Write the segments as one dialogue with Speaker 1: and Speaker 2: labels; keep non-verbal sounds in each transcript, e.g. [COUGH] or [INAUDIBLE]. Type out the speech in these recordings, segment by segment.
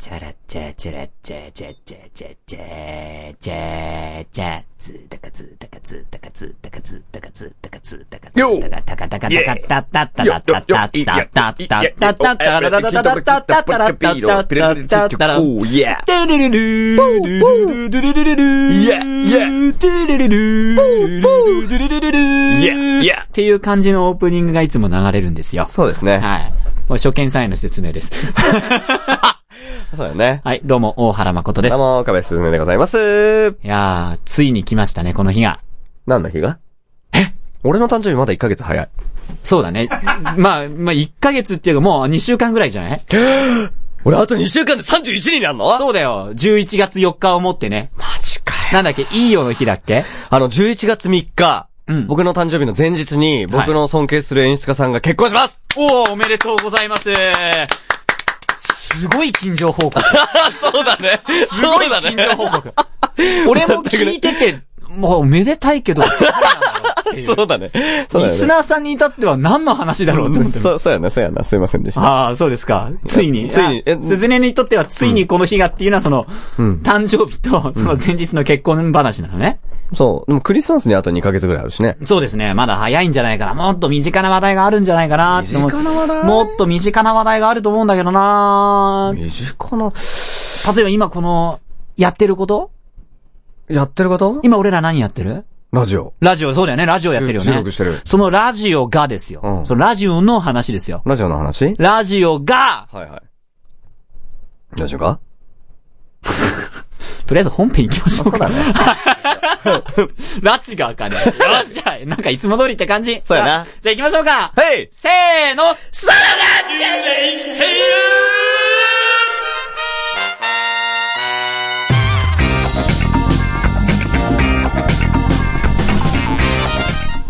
Speaker 1: チェラチャチャチャチャチャチャチャツータカツータカツータカツータカツータカツータカツータカツータカタカタカタカタタタタタタタタタタタタタタタタタタタタタタタタ
Speaker 2: Yeah.
Speaker 1: ドゥルルルードゥルルルドゥルルルルー
Speaker 2: Yeah, yeah.
Speaker 1: ドゥルルルードゥルルルルー
Speaker 2: Yeah, yeah.
Speaker 1: っていう感じのオープニングがいつも流れるんですよ。
Speaker 2: そうですね。
Speaker 1: はい。もう初見さんへの説明です。
Speaker 2: そうだよね。
Speaker 1: はい、どうも、大原誠です
Speaker 2: どう。も、岡部すずめでございます。
Speaker 1: いやー、ついに来ましたね、この日が。
Speaker 2: なんだ日がえ俺の誕生日まだ1ヶ月早い。
Speaker 1: そうだね。 [LAUGHS] まあ、まあ、1ヶ月っていうかもう2週間ぐらいじゃない
Speaker 2: 俺あと2週間で31人になるの
Speaker 1: そうだよ。11月4日をもってね。
Speaker 2: マジかよ。
Speaker 1: なんだっけ、いいよの日だっけ
Speaker 2: あの、11月3日、
Speaker 1: うん
Speaker 2: 僕の誕生日の前日に、僕の尊敬する演出家さんが結婚します、
Speaker 1: おー、おめでとうございます。すごい近所報告。
Speaker 2: そうだね。
Speaker 1: すごい近所報告。 [LAUGHS] 俺も聞いてて、もうめでたい [LAUGHS] けど、
Speaker 2: そうだね。そう
Speaker 1: リ
Speaker 2: だ
Speaker 1: ス
Speaker 2: よね。
Speaker 1: ナーさんに至っては何の話だろうって思ってる。
Speaker 2: そう、そうやな、そうやな。すいませんでした。
Speaker 1: ああ、そうですか。ついに。
Speaker 2: ついにえ
Speaker 1: 鈴音にとってはついにこの日がっていうのはその、
Speaker 2: うん
Speaker 1: 誕生日とその前日の結婚話なのね。
Speaker 2: そう。でもクリスマスにあと2ヶ月ぐらいあるしね。
Speaker 1: そうですね。まだ早いんじゃないかな。もっと身近な話題があるんじゃないかなって思う。
Speaker 2: 身近な話題
Speaker 1: もっと身近な話題があると思うんだけどな
Speaker 2: 身近な、
Speaker 1: 例えば今この、やってること
Speaker 2: やってること
Speaker 1: 今俺ら何やってる
Speaker 2: ラジオ。
Speaker 1: ラジオ、そうだよね。ラジオやってるよね。
Speaker 2: 収録してる
Speaker 1: そのラジオがですよ。
Speaker 2: うん
Speaker 1: そのラジオの話ですよ。
Speaker 2: ラジオの話
Speaker 1: ラジオが、
Speaker 2: はいはい。ラジオか
Speaker 1: とりあえず本編行きましょうか。
Speaker 2: だね。
Speaker 1: [LAUGHS] ラジガーかね。よし、じゃあ、なんかいつも通りって感じ。
Speaker 2: そうやな
Speaker 1: じゃあ行きましょうか。
Speaker 2: はい
Speaker 1: せーの、さ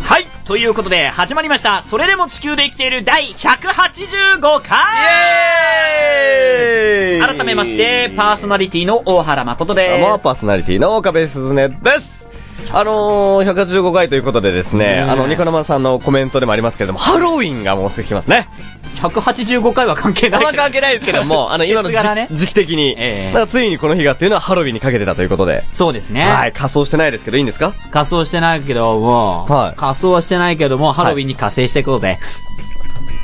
Speaker 1: はいということで、始まりました。それでも地球で生きている第185回改めまして、パーソナリティの大原誠
Speaker 2: どうも、
Speaker 1: です。
Speaker 2: パーソナリティの岡部すずねですあのー、185回ということでですね、あの、ニコ生さんのコメントでもありますけれども、ハロウィンがもうすぐ来ますね。
Speaker 1: 185回は関係
Speaker 2: あ
Speaker 1: なんい
Speaker 2: ま
Speaker 1: けど。
Speaker 2: 関係ないですけども、 [LAUGHS] あの、今のじ
Speaker 1: 節柄ね
Speaker 2: 時期的に、
Speaker 1: ええ
Speaker 2: だからついにこの日がっていうのはハロウィンにかけてたということで、
Speaker 1: そうですね。
Speaker 2: はい、仮装してないですけどいいんですか
Speaker 1: 仮装してないけども、
Speaker 2: はい
Speaker 1: 仮装はしてないけども、ハロウィンに加勢していこうぜ。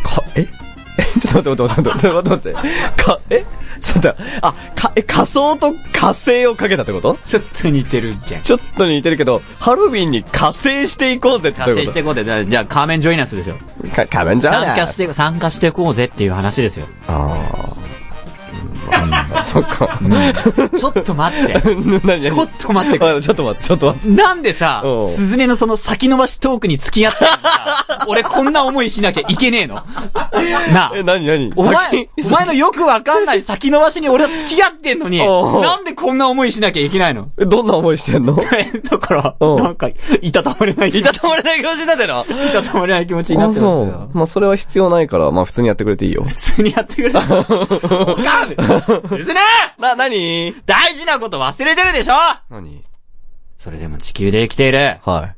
Speaker 2: か、え [LAUGHS] ちょっと待って待って待って待って待って。か、えちょっと待って、あ、か、え、仮装と火星をかけたってこと
Speaker 1: ちょっと似てるじゃん。
Speaker 2: ちょっと似てるけど、ハロウィンに火星していこうぜって
Speaker 1: 加
Speaker 2: どうい
Speaker 1: 勢
Speaker 2: う
Speaker 1: し
Speaker 2: こ
Speaker 1: て
Speaker 2: と
Speaker 1: いこうぜ。じゃあじゃあ、カーメンジョイナスですよ。
Speaker 2: か、仮面じゃ
Speaker 1: 参加して、参加していこうぜっていう話ですよ。
Speaker 2: ああ。うんそっか。
Speaker 1: ちょっと待 [LAUGHS] って。ちょっと待ってく
Speaker 2: れ。ちょっと待って、ちょっと待って。
Speaker 1: なんでさ
Speaker 2: う、ん
Speaker 1: 鈴音のその先延ばしトークに付き合ってんの [LAUGHS] さ、俺こんな思いしなきゃいけねえ [LAUGHS] の。なあ
Speaker 2: え、。なになに
Speaker 1: お前、お前のよくわかんない先延ばしに俺は付き合ってんのに、
Speaker 2: おう
Speaker 1: なんでこんな思いしなきゃいけない [LAUGHS] の
Speaker 2: どんな思いしてんの
Speaker 1: だから、
Speaker 2: うん
Speaker 1: なんか、いたたまれない。
Speaker 2: いたたまれない感じだっての
Speaker 1: いたたまれない気持ちになっ
Speaker 2: あ、
Speaker 1: てます
Speaker 2: そ
Speaker 1: よ
Speaker 2: う。。まあ、それは必要ないから、まあ、普通にやってくれていいよ。
Speaker 1: 普通にやってくれた。おかん先生ね
Speaker 2: な、なに
Speaker 1: 大事なこと忘れてるでしょ
Speaker 2: なに
Speaker 1: それでも地球で生きている、
Speaker 2: はい。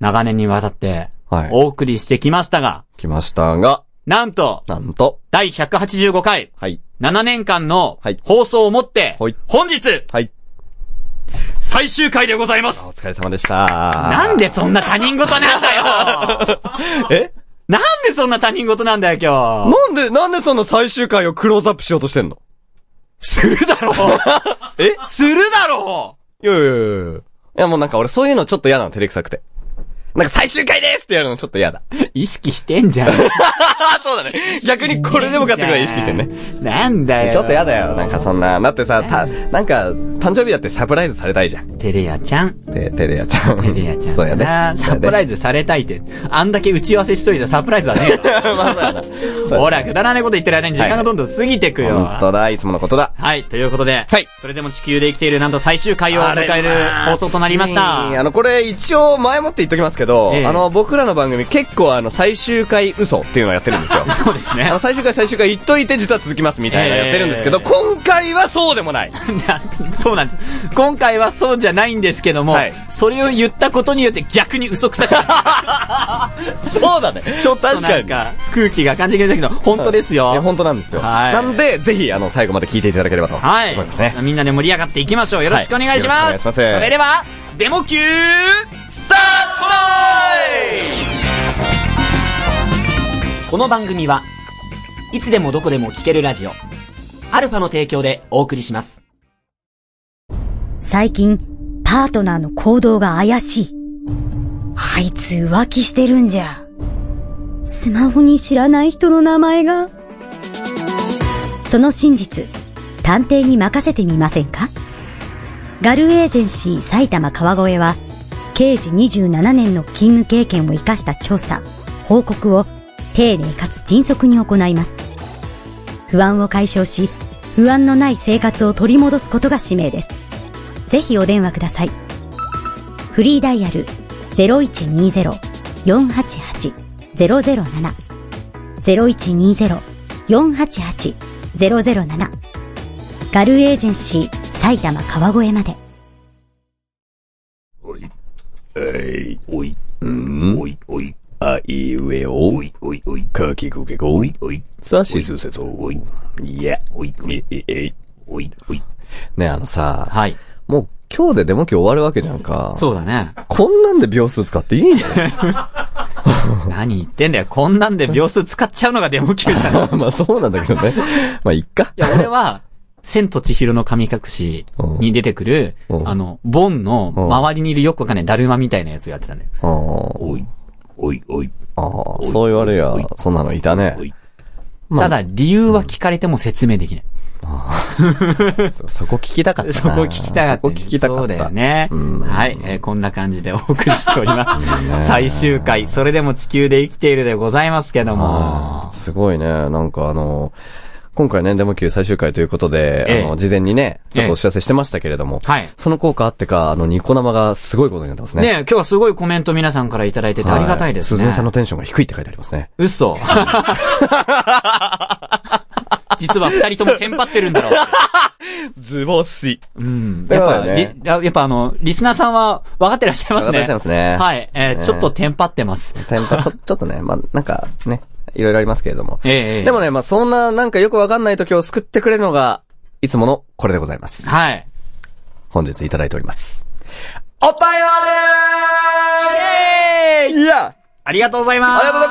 Speaker 1: 長年にわたって、
Speaker 2: はい
Speaker 1: お送りしてきましたが、
Speaker 2: 来ましたが、
Speaker 1: なんと、
Speaker 2: なんと、
Speaker 1: 第185回、
Speaker 2: はい。
Speaker 1: 7年間の
Speaker 2: はい
Speaker 1: 放送をもって、
Speaker 2: はい
Speaker 1: 本日、
Speaker 2: はい。
Speaker 1: 最終回でございま
Speaker 2: お
Speaker 1: す
Speaker 2: 疲れ様でした。な
Speaker 1: なんでそんな他人事なん [LAUGHS] だよ
Speaker 2: え
Speaker 1: なんでそんな他人事なんだよ、今日
Speaker 2: なんで、なんでその最終回をクローズアップしようとしてんの
Speaker 1: するだろう
Speaker 2: え
Speaker 1: するだろう
Speaker 2: いやいやいやいや。いやもうなんか俺そういうのちょっと嫌なの、照れくさくて。なんか最終回ですってやるのちょっと嫌だ。
Speaker 1: [LAUGHS] 意識してん [LAUGHS] じゃん。
Speaker 2: あ、そうだね。逆にこれでもかってくらい意識してんね。。
Speaker 1: なんだよ。
Speaker 2: ちょっと嫌だよ。なんかそんな。だってさ、た、なんか、誕生日だってサプライズされたいじゃん。
Speaker 1: テレヤちゃん。
Speaker 2: て、てれやちゃん。
Speaker 1: テレヤちゃん。
Speaker 2: そうやね。
Speaker 1: サプラ
Speaker 2: イ
Speaker 1: イズされたいって。あんだけ打ち合わせしといたサプライズはねえよ。
Speaker 2: ズ。ま [LAUGHS] あそうやな。 [LAUGHS] そう
Speaker 1: ほら、くだらないこと言ってる間に時間がどんどん過ぎてくよ。
Speaker 2: 本当だ、いつものことだ。
Speaker 1: はい、ということで、
Speaker 2: はい
Speaker 1: それでも地球で生きているなんと最終回を迎える放送となりまし
Speaker 2: あれまあ
Speaker 1: た。
Speaker 2: あの、これ一応前もって言っときますけけど、
Speaker 1: ええ
Speaker 2: あの、僕らの番組結構あの、最終回嘘っていうのをやってるんで
Speaker 1: [LAUGHS]
Speaker 2: すよ。
Speaker 1: そうですね
Speaker 2: あの、。最終回最終回言っといて実は続きますみたいなやってるんですけど、
Speaker 1: ええ
Speaker 2: 今回はそうでもない。
Speaker 1: [LAUGHS] そうなんです。今回はそうじゃないんですけども、
Speaker 2: はい
Speaker 1: それを言ったことによって逆に嘘くさくなっ
Speaker 2: そうだね。
Speaker 1: てちょっと
Speaker 2: [LAUGHS] 確
Speaker 1: な
Speaker 2: か
Speaker 1: ん
Speaker 2: に。
Speaker 1: か空気が感じてきましたけど、本当ですよ。
Speaker 2: いや、本当なんですよ。
Speaker 1: はい
Speaker 2: なんで、ぜひ、あの、最後まで聞いていただければと。
Speaker 1: はい
Speaker 2: 思いますね。。
Speaker 1: みんなで盛り上がっていきましょう。よろしくお願いします。
Speaker 2: はいよろしくお願いします
Speaker 1: それでは、デモ級、スター
Speaker 3: この番組は、いつでもどこでも聞けるラジオ、アルファの提供でお送りします。
Speaker 4: 最近、パートナーの行動が怪しい。あいつ浮気してるんじゃ。スマホに知らない人の名前が。その真実、探偵に任せてみませんかガルエージェンシー埼玉川越は、刑事27年の勤務経験を生かした調査、報告を丁寧かつ迅速に行います。不安を解消し、不安のない生活を取り戻すことが使命です。ぜひお電話ください。フリーダイヤル0120-488-007 0120-488-007ガルエージェンシー埼玉川越まで。
Speaker 5: おい、うん、おい、おい、あいうえお、おい、おい、おい、かきくけこ、おい、おい、さしすせそ、おい、いや、おい、え、え、え、おい、おい、
Speaker 2: ね、あのさ、
Speaker 1: トはい。
Speaker 2: もう今日でデモ機終わるわけじゃんか。
Speaker 1: そうだ
Speaker 2: [LAUGHS]
Speaker 1: ね。
Speaker 2: こんなんで秒数使っていいの
Speaker 5: [LAUGHS]
Speaker 1: 何言ってんだよ。こんなんで秒数使っちゃうのがデモ級じ
Speaker 2: [LAUGHS]
Speaker 1: ゃない。い
Speaker 2: まあそうなんだけ
Speaker 5: [LAUGHS]
Speaker 2: どね。まあいっか。
Speaker 1: や、俺は、千と千尋の神隠しに出てくる、
Speaker 2: うん
Speaker 1: あの、ボンの周りにいるよくわかんないだるまみたいなやつやってたね。
Speaker 2: あー
Speaker 5: おい、おい、おい、
Speaker 2: あー、そう言われりゃ、そんなのいたね
Speaker 5: お。い、
Speaker 2: まあ
Speaker 1: ただ、理由は聞かれても説明できない。
Speaker 2: そそこ聞きたかった
Speaker 1: [LAUGHS]
Speaker 2: な。
Speaker 1: そこ聞きたかった。
Speaker 2: そこ聞きたかった。
Speaker 1: そうだよね。
Speaker 2: うん
Speaker 1: はい、えーこんな感じでお送りしております。最終回、それでも地球で生きているでございますけど
Speaker 2: あ
Speaker 1: も
Speaker 2: ー。すごいね。なんかあの、今回ね、デモ級最終回ということで、
Speaker 1: ええ
Speaker 2: あの、事前にね、ちょっとお知らせしてましたけれども、
Speaker 1: はい
Speaker 2: その効果あってか、あの、ニコ生がすごいことになってますね。
Speaker 1: ねえ今日はすごいコメント皆さんからいただいててありがたいですね。
Speaker 2: は鈴音さんのテンションが低いって書いてありますね。 [LAUGHS]
Speaker 1: 嘘。実は二人ともテンパってるんだろう。
Speaker 2: [LAUGHS] ズボスイ。
Speaker 1: うん。
Speaker 2: だ
Speaker 1: やっ
Speaker 2: から
Speaker 1: ぱ、
Speaker 2: ね
Speaker 1: りやっぱあの、リスナーさんは分かってらっしゃいますね。
Speaker 2: 分かってらっしゃいますね
Speaker 1: はい。えー
Speaker 2: ね
Speaker 1: ちょっとテンパってます。
Speaker 2: タイムパちょ、ちょっとね、まあ、なんか、ね、いろいろありますけれども。
Speaker 1: ええ
Speaker 2: でもね、まあ、そんな、なんかよくわかんない時を救ってくれるのが、いつものこれでございます。
Speaker 1: はい。
Speaker 2: 本日いただいております。
Speaker 1: おっぱいはねーイェーイ
Speaker 2: いや
Speaker 1: ありがとうございます
Speaker 2: ありがとうござい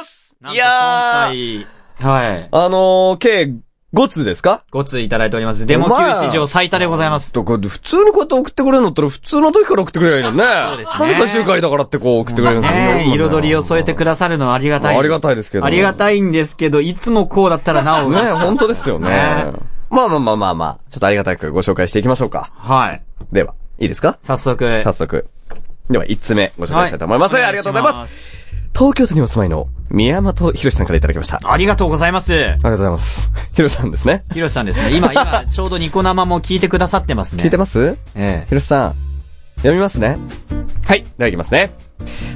Speaker 2: ます
Speaker 1: なん
Speaker 2: い
Speaker 1: と
Speaker 2: やー
Speaker 1: 今回、はい。
Speaker 2: あのー、計5通ですか
Speaker 1: ご通いただいております。デモ級史上最多でございます。
Speaker 2: とか、普通にこうやって送ってくれるんだったら、普通の時から送ってくれりゃいいのにね。そう
Speaker 1: ですね
Speaker 2: なんで最終回だからってこう送ってくれるんだ
Speaker 1: ねえ彩りを添えてくださるのはありがたい。
Speaker 2: ありがたいですけど
Speaker 1: ありがたいんですけど、いつもこうだったらなお嬉し
Speaker 2: ね
Speaker 1: い
Speaker 2: 本当ですよね
Speaker 1: ね。
Speaker 2: まあまあまあまあまあ、ちょっとありがたくご紹介していきましょうか。
Speaker 1: はい。
Speaker 2: では、いいですか
Speaker 1: 早速。
Speaker 2: 早速。では、1つ目ご紹介したいと思います。
Speaker 1: は
Speaker 2: ありがとうござい
Speaker 1: お願
Speaker 2: ま
Speaker 1: い
Speaker 2: す。
Speaker 1: しす。
Speaker 2: 東京都にお住まいの宮本博さんからいただきました。あり
Speaker 1: ありがとうございます。
Speaker 2: がとうございます。ひろしさんですね。
Speaker 1: ひろしさんですね。今、今、ちょうどニコ生も聞いてくださってますね。
Speaker 2: 聞いて
Speaker 1: ま
Speaker 2: ます
Speaker 1: す。え
Speaker 2: ひろしさん、読みますね。
Speaker 1: はい。
Speaker 2: では、いきますね。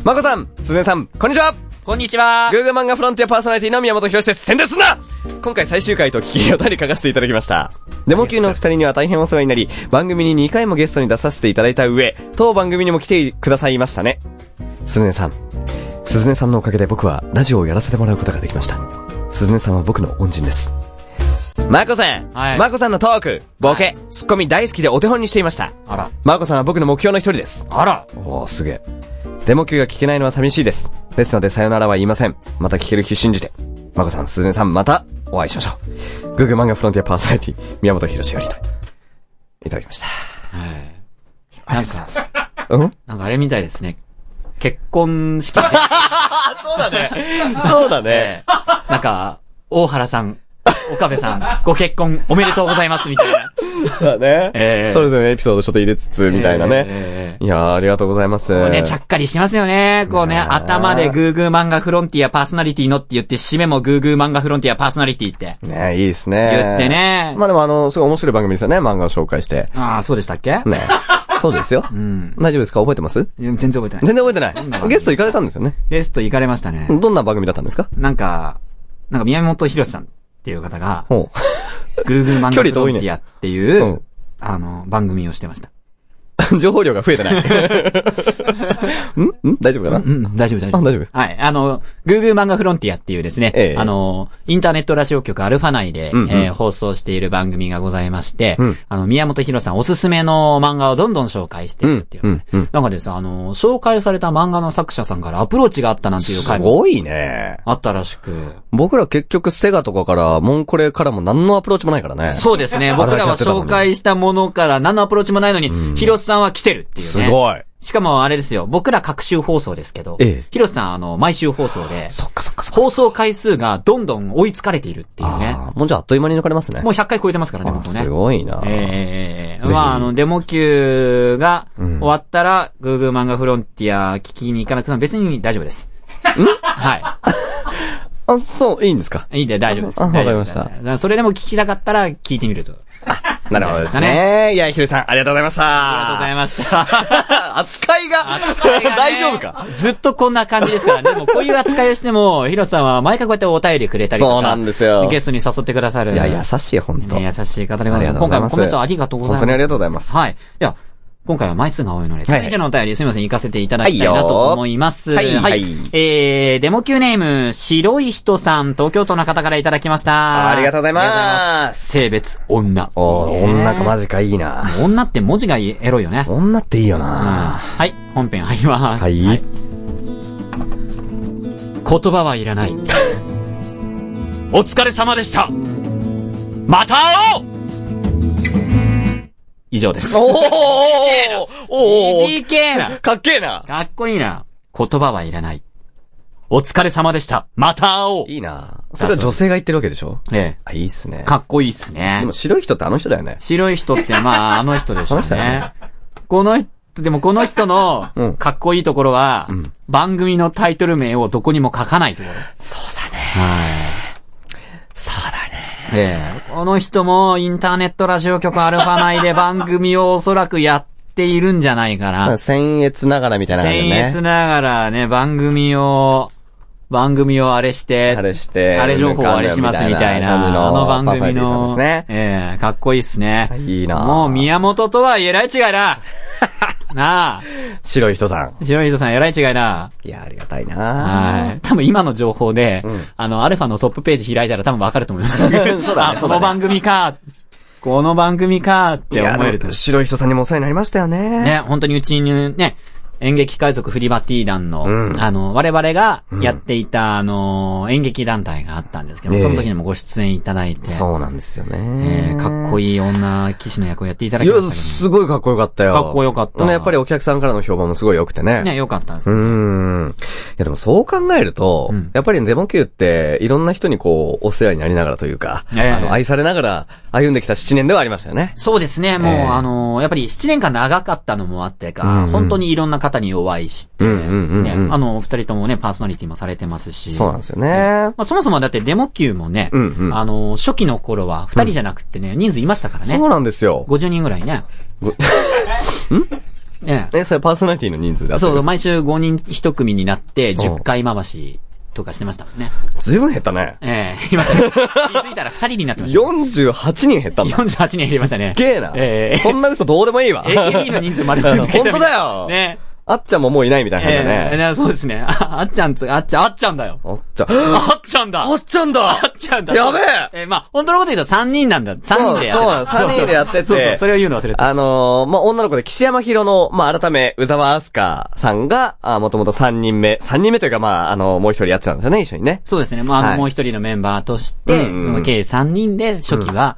Speaker 2: まこさん、すずえさん、こんにちは
Speaker 1: え。こんにちは。
Speaker 2: Google 漫画フロンティアパーソナリティの宮本博です。宣伝すんな今回最終回と聞き、よたに書かせていただきました。デモ級のお二人には大変お世話になり、番組に2回もゲストに出させていただいた上、当番組にも来てくださいましたね。すずねさん。すずねさんのおかげで僕はラジオをやらせてもらうことができました。すずねさんは僕の恩人です。まこさん、
Speaker 1: はい
Speaker 2: まこさんのトーク、ボケ、ツッコミ大好きでお手本にしていました。
Speaker 1: あら。
Speaker 2: まこさんは僕の目標の一人です。
Speaker 1: あら。
Speaker 2: おー、すげえ。デモ級が聞けないのは寂しいです。ですので、さよならは言いません。また聞ける日信じて。まこさん、すずねさん、またお会いしましょう。グーグー漫画フロンティアパーソナリティ、宮本博士よりと。いただきまし
Speaker 1: なんか、
Speaker 2: た。うん
Speaker 1: なんかあれみたいですね。結婚式で。
Speaker 2: そうだね。
Speaker 1: ええなんか、大原さん、岡部さん、ご結婚おめでとうございます、みたいな。
Speaker 2: だね。
Speaker 1: ええ
Speaker 2: それぞれのエピソードちょっと入れつつ、みたいなね。
Speaker 1: ええ
Speaker 2: いやー、ありがとうございます。
Speaker 1: こうね、ちゃっかりしますよね。こうね、頭でグーグー漫画フロンティアパーソナリティのって言って、締めもグーグー漫画フロンティアパーソナリティって
Speaker 2: ねいいですね。
Speaker 1: 言ってね。
Speaker 2: まあでもあの、すごい面白い番組ですよね、漫画を紹介して。
Speaker 1: ああ、そうでしたっけ
Speaker 2: ね。そうですよ。
Speaker 1: [LAUGHS] うん。
Speaker 2: 大丈夫ですか覚えてます
Speaker 1: いや全然覚えてない。
Speaker 2: 全然覚えてない。ゲスト行かれたんですよね。
Speaker 1: ゲスト行かれましたね。
Speaker 2: どんな番組だったんですか
Speaker 1: なんか、なんか宮本博さんっていう方が、
Speaker 2: ほ
Speaker 1: Google 漫画
Speaker 2: 距
Speaker 1: フ
Speaker 2: 離遠
Speaker 1: ロ
Speaker 2: いね
Speaker 1: ンティアっていう、
Speaker 2: うん
Speaker 1: あの、番組をしてました。
Speaker 2: う。 [LAUGHS] 情報量が増え
Speaker 1: [LAUGHS]
Speaker 2: てない。んん大丈夫かな
Speaker 1: うん、大丈夫、大丈夫。
Speaker 2: あ大丈夫
Speaker 1: はい。あの、Google 漫画フロンティアっていうですね、
Speaker 2: ええ
Speaker 1: あの、インターネットラジオ局アルファ内で、
Speaker 2: うんうん
Speaker 1: えー放送している番組がございまして、
Speaker 2: うん
Speaker 1: あの、宮本博さんおすすめの漫画をどんどん紹介しているっていう、
Speaker 2: うんうんうん
Speaker 1: なんかですね、あの、紹介された漫画の作者さんからアプローチがあったなんていう
Speaker 2: す
Speaker 1: 回も
Speaker 2: ごいね。
Speaker 1: あったらしく、
Speaker 2: 僕ら結局セガとかから、モンコレからも何のアプローチもないからね。
Speaker 1: そうですね、僕らは紹介したものから何のアプローチもないのに、ヒロさんは来てるっていうね。
Speaker 2: すごい。
Speaker 1: しかもあれですよ、僕ら各週放送ですけど、
Speaker 2: ええ
Speaker 1: ヒロさんあの、毎週放送で、
Speaker 2: そっかそっかそっか。
Speaker 1: 放送回数がどんどん追いつかれているっていうね。
Speaker 2: あーもうじゃああっという間に抜かれますね。
Speaker 1: もう100回超えてますからね、本当
Speaker 2: あ
Speaker 1: ね。
Speaker 2: すごいな
Speaker 1: ええええええ
Speaker 2: ひ
Speaker 1: まあ、あの、デモ級が終
Speaker 2: ん
Speaker 1: わったら、Google 漫画フロンティア聞きに行かなくても別に大丈夫です。は
Speaker 2: あ、そう、いいんですか。
Speaker 1: い。いいんで大丈夫です。
Speaker 2: あわかり
Speaker 1: 大丈夫
Speaker 2: ました
Speaker 1: ですだからそれでも聞きたかったら聞いてみると。
Speaker 2: なるほどですね。いや、ひるさん、ありがとうございました。
Speaker 1: ありがとうございました。
Speaker 2: た。 [LAUGHS] 扱いが、
Speaker 1: 扱いがね
Speaker 2: 大丈夫か
Speaker 1: ずっとこんな感じですからね。もうこういう扱いをしても、ヒロさんは毎回こうやってお便りくれたりとか。
Speaker 2: そうなんですよ
Speaker 1: ゲストに誘ってくださる。
Speaker 2: いや、優しい、本当
Speaker 1: ね、優しい方でご
Speaker 2: あ
Speaker 1: ざ
Speaker 2: り
Speaker 1: い
Speaker 2: が
Speaker 1: ま
Speaker 2: と
Speaker 1: す。
Speaker 2: うご
Speaker 1: 今回も
Speaker 2: ざいます。
Speaker 1: コメントありがとうございます。
Speaker 2: 本当にありがとうございます。
Speaker 1: はい。では、今回は枚数が多いので、続いてのお便り、すみません、行かせていただきたいなと思います。
Speaker 2: はいよはいはい
Speaker 1: えー、デモ級ネーム、白い人さん、東京都の方からいただきました。
Speaker 2: ありがとうござい
Speaker 1: ありがとうござい
Speaker 2: ま。
Speaker 1: ますす。性別、女。
Speaker 2: おー、
Speaker 1: ね
Speaker 2: 女かマジかいいな。
Speaker 1: 女って文字がエロいよね。うん
Speaker 2: 女っていいよな。
Speaker 1: はい、本編入ります。
Speaker 2: はい
Speaker 1: 言葉はいらない。お疲れ様でした。また会おう以上です。
Speaker 2: おーおーおー
Speaker 1: DK な
Speaker 2: かっけえな。
Speaker 1: かっこいいな。言葉はいらない。お疲れ様でした。また会おう。
Speaker 2: いいな。それは女性が言ってるわけでしょ
Speaker 1: え
Speaker 2: あ、いいっすね
Speaker 1: え。。かっこいいっす
Speaker 2: で
Speaker 1: ね
Speaker 2: も。白い人ってあの人だよね。
Speaker 1: 白い人って、
Speaker 2: [LAUGHS]
Speaker 1: まあ、あの人でしょう
Speaker 2: あの人だね
Speaker 1: ね。この人、でもこの人の
Speaker 2: [LAUGHS] うん、
Speaker 1: かっこいいところは、番組のタイトル名をどこにも書かないところ。
Speaker 2: そうだね。
Speaker 1: ええこの人もインターネットラジオ局アルファ内で番組をおそらくやっているんじゃないかな。
Speaker 2: 僭越ながらみたいな感じで
Speaker 1: 僭
Speaker 2: ね。
Speaker 1: 越ながらね、番組を、番組をあれして、
Speaker 2: あれして。
Speaker 1: あれ情報をあれしますみたいな、あの番組の、
Speaker 2: ね。
Speaker 1: ええかっこいいっすね。
Speaker 2: いいな
Speaker 1: もう宮本とはえらい違い
Speaker 2: [LAUGHS]
Speaker 1: だなあ、
Speaker 2: 白い人さん。
Speaker 1: 白い人さんえらい違いだ
Speaker 2: いや、ありがたいな
Speaker 1: はい。多分今の情報で、あの、アルファのトップページ開いたら多分わかると思います。
Speaker 2: [LAUGHS] そうだね
Speaker 1: あこ
Speaker 2: そうだね
Speaker 1: の番組か、この番組かって
Speaker 2: や
Speaker 1: 思えると。
Speaker 2: 白い人さんにもお世話になりましたよね。
Speaker 1: ね、本当にうちにね、演劇海賊フリバティ団の、
Speaker 2: うん
Speaker 1: あの、我々がやっていた、あの、演劇団体があったんですけど、
Speaker 2: ええ
Speaker 1: その時にもご出演いただいて、
Speaker 2: そうなんですよ
Speaker 1: え
Speaker 2: ね。
Speaker 1: ーかっこ
Speaker 2: いい。
Speaker 1: いい女騎士の役をやっていただ
Speaker 2: い
Speaker 1: きま
Speaker 2: や、
Speaker 1: した
Speaker 2: すごいかっこよかったよ。
Speaker 1: かっこよかった
Speaker 2: ね、やっぱりお客さんからの評判もすごい良くて
Speaker 1: けどね、よかったんです
Speaker 2: う
Speaker 1: よ。
Speaker 2: ーん。いやでもそう考えると、
Speaker 1: うん
Speaker 2: やっぱりデモ級って、いろんな人にこう、お世話になりながらというか、
Speaker 1: ええ
Speaker 2: あの、愛されながら歩んできた7年ではありましたよね。
Speaker 1: そうですね、もう、
Speaker 2: ええ
Speaker 1: あのやっぱり7年間長かったのもあってか、
Speaker 2: うんうん
Speaker 1: 本当にいろんな方にお会いして、
Speaker 2: うんうんうんうん
Speaker 1: ね、あの、お二人ともね、パーソナリティもされてますし、
Speaker 2: そうなんですよね。
Speaker 1: まあ、そもそもだってデモ級もね、
Speaker 2: うんうん
Speaker 1: あの初期の頃は二人じゃなくってね、人数いましたからね
Speaker 2: そ。うなんですよ。
Speaker 1: 50人ぐらいね。
Speaker 2: [LAUGHS]
Speaker 1: んね
Speaker 2: え、それパーソナリティの人数だ
Speaker 1: そう、
Speaker 2: ま、
Speaker 1: 毎週5人1組になって、
Speaker 2: ん
Speaker 1: 10回回しとかしてましたもんね。
Speaker 2: ずいぶん減ったね。
Speaker 1: ええいましたね。気づいたら2人になってました。
Speaker 2: 48人減ったんだ。
Speaker 1: 48人減りましたね。
Speaker 2: すっげえな。
Speaker 1: え
Speaker 2: そんな嘘どうでもいい [LAUGHS] わ。
Speaker 1: え AKB の人数まで増えてきたみたいな
Speaker 2: 本当だよ
Speaker 1: [LAUGHS] ね
Speaker 2: あっちゃんももういないみたいな感じだ
Speaker 1: ええ
Speaker 2: ね。
Speaker 1: なそうですね。ああっちゃんつ、あっちゃん、あっちゃんだよ。
Speaker 2: あっちゃん。
Speaker 1: あっちゃんだ
Speaker 2: あ
Speaker 1: あっ
Speaker 2: っちゃんだ
Speaker 1: [LAUGHS] ちゃんだ
Speaker 2: やべえ
Speaker 1: ええまあ、本当のこと言うと3人なんだ。3人でやってた。
Speaker 2: そうなん三人でやってて
Speaker 1: そうそう、それを言うの忘れた。
Speaker 2: あのー、まあ、女の子で岸山博の、まあ、改め、宇沢明日香さんが、あもともと3人目、3人目というか、まあ、あのもう一人やってたんですよね、一緒にね。
Speaker 1: そうですね。まあ、あの、
Speaker 2: はい
Speaker 1: もう一人のメンバーとして、
Speaker 2: うんうん
Speaker 1: その計3人で初期は、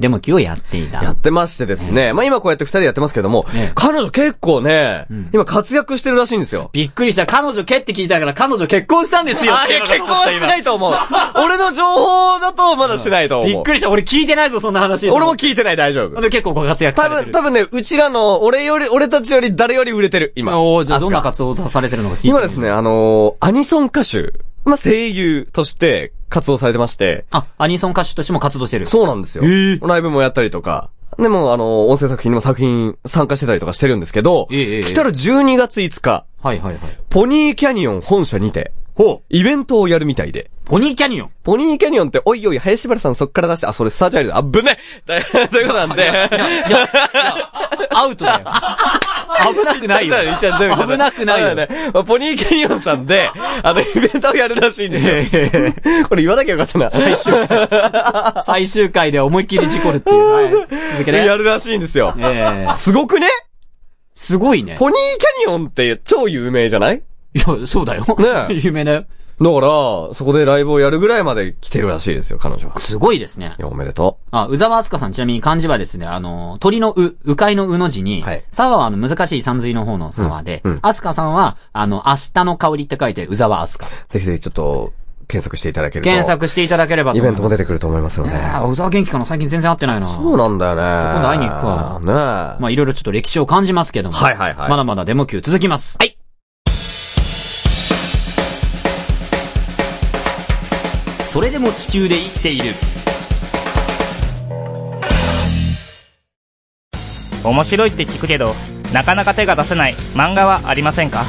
Speaker 1: デモ級をやっていた。
Speaker 2: やってましてですね。まあ、今こうやって二人でやってますけども、
Speaker 1: ね
Speaker 2: 彼女結構ね、
Speaker 1: ん
Speaker 2: 今活躍してるらしいんですよ。
Speaker 1: びっくりした。彼女けって聞いたから彼女結婚したんですよ。
Speaker 2: あ、いや、結婚はしてないと思う。俺の情報だとまだしてないと思う。
Speaker 1: びっくりした。俺聞いてないぞ、そんな話。
Speaker 2: 俺も聞いてない、大丈夫
Speaker 1: あ。の結構ご活躍さ
Speaker 2: 多
Speaker 1: れて
Speaker 2: 分、
Speaker 1: る。
Speaker 2: 多分ね、うちらの、俺より、俺たちより誰より売れてる、今。
Speaker 1: おーじゃあどんな
Speaker 2: アスカ
Speaker 1: 活動をされてるのか聞いてみ
Speaker 2: 今
Speaker 1: る
Speaker 2: ですね、。あのーアニソン歌手、まあ、声優として活動されてまして、
Speaker 1: あ、アニソン歌手としても活動してる。
Speaker 2: そうなんですよ。ライブもやったりとか、でも、あの、音声作品にも作品参加してたりとかしてるんですけど、
Speaker 1: ええええ
Speaker 2: 来たら12月5日、
Speaker 1: はいはいはい。
Speaker 2: ポニーキャニオン本社にて、
Speaker 1: ほう。
Speaker 2: イベントをやるみたいで。
Speaker 1: ポニーキャニオン。
Speaker 2: ポニーキャニオンって、おいおい、林原さんそっから出して、あ、それスタジャイルだ。あ、ぶねだということなん
Speaker 1: い
Speaker 2: で。
Speaker 1: や、いや、いやアウト
Speaker 2: [LAUGHS]
Speaker 1: だよ。危なくないよ。
Speaker 2: 一応全部言っちゃった
Speaker 1: 危なくないよ
Speaker 2: そうだね。まあポニーキャニオンさ
Speaker 1: [LAUGHS]
Speaker 2: んで、あの、イベントをやるらしいんですよ。これ言わなきゃよかったな。最初。
Speaker 1: 最終回で思いっきり事故るっていう。はい、続けて。
Speaker 2: やるらしいんですよ。
Speaker 1: ええ
Speaker 2: すごくね
Speaker 1: すごいね。
Speaker 2: ポニーキャニオンって超有名じゃない
Speaker 1: いや、そうだよ。 [LAUGHS]
Speaker 2: ねえ
Speaker 1: 有名だよ。
Speaker 2: だから、そこでライブをやるぐらいまで来てるらしいですよ、彼女は。
Speaker 1: すごいですね
Speaker 2: い。や、おめでと
Speaker 1: あ、宇沢明日香さん、ちなみに漢字はですね、あの、鳥のう、うかいのうの字に、
Speaker 2: はい
Speaker 1: 沢はあの、難しい山水の方の沢で、
Speaker 2: うんうん
Speaker 1: 明日香さんは、あの、明日の香りって書いて、宇沢明日香。
Speaker 2: う。ぜひぜひちょっと、検索していただけると。
Speaker 1: 検。索していただければ
Speaker 2: イ
Speaker 1: と思い
Speaker 2: ベン
Speaker 1: ます。
Speaker 2: トも出てくると思いますので。
Speaker 1: ああ、宇沢元気かな最近全然会ってないな。
Speaker 2: そうなんだよね。今
Speaker 1: 度会いに行くわ
Speaker 2: ねえ。
Speaker 1: まあ、いろいろちょっと歴史を感じますけども。
Speaker 2: はいはいはい
Speaker 1: まだまだデモ級続きます。はい。
Speaker 6: それでも地球で生きている。
Speaker 7: 面白いって聞くけどなかなか手が出せない漫画はありませんか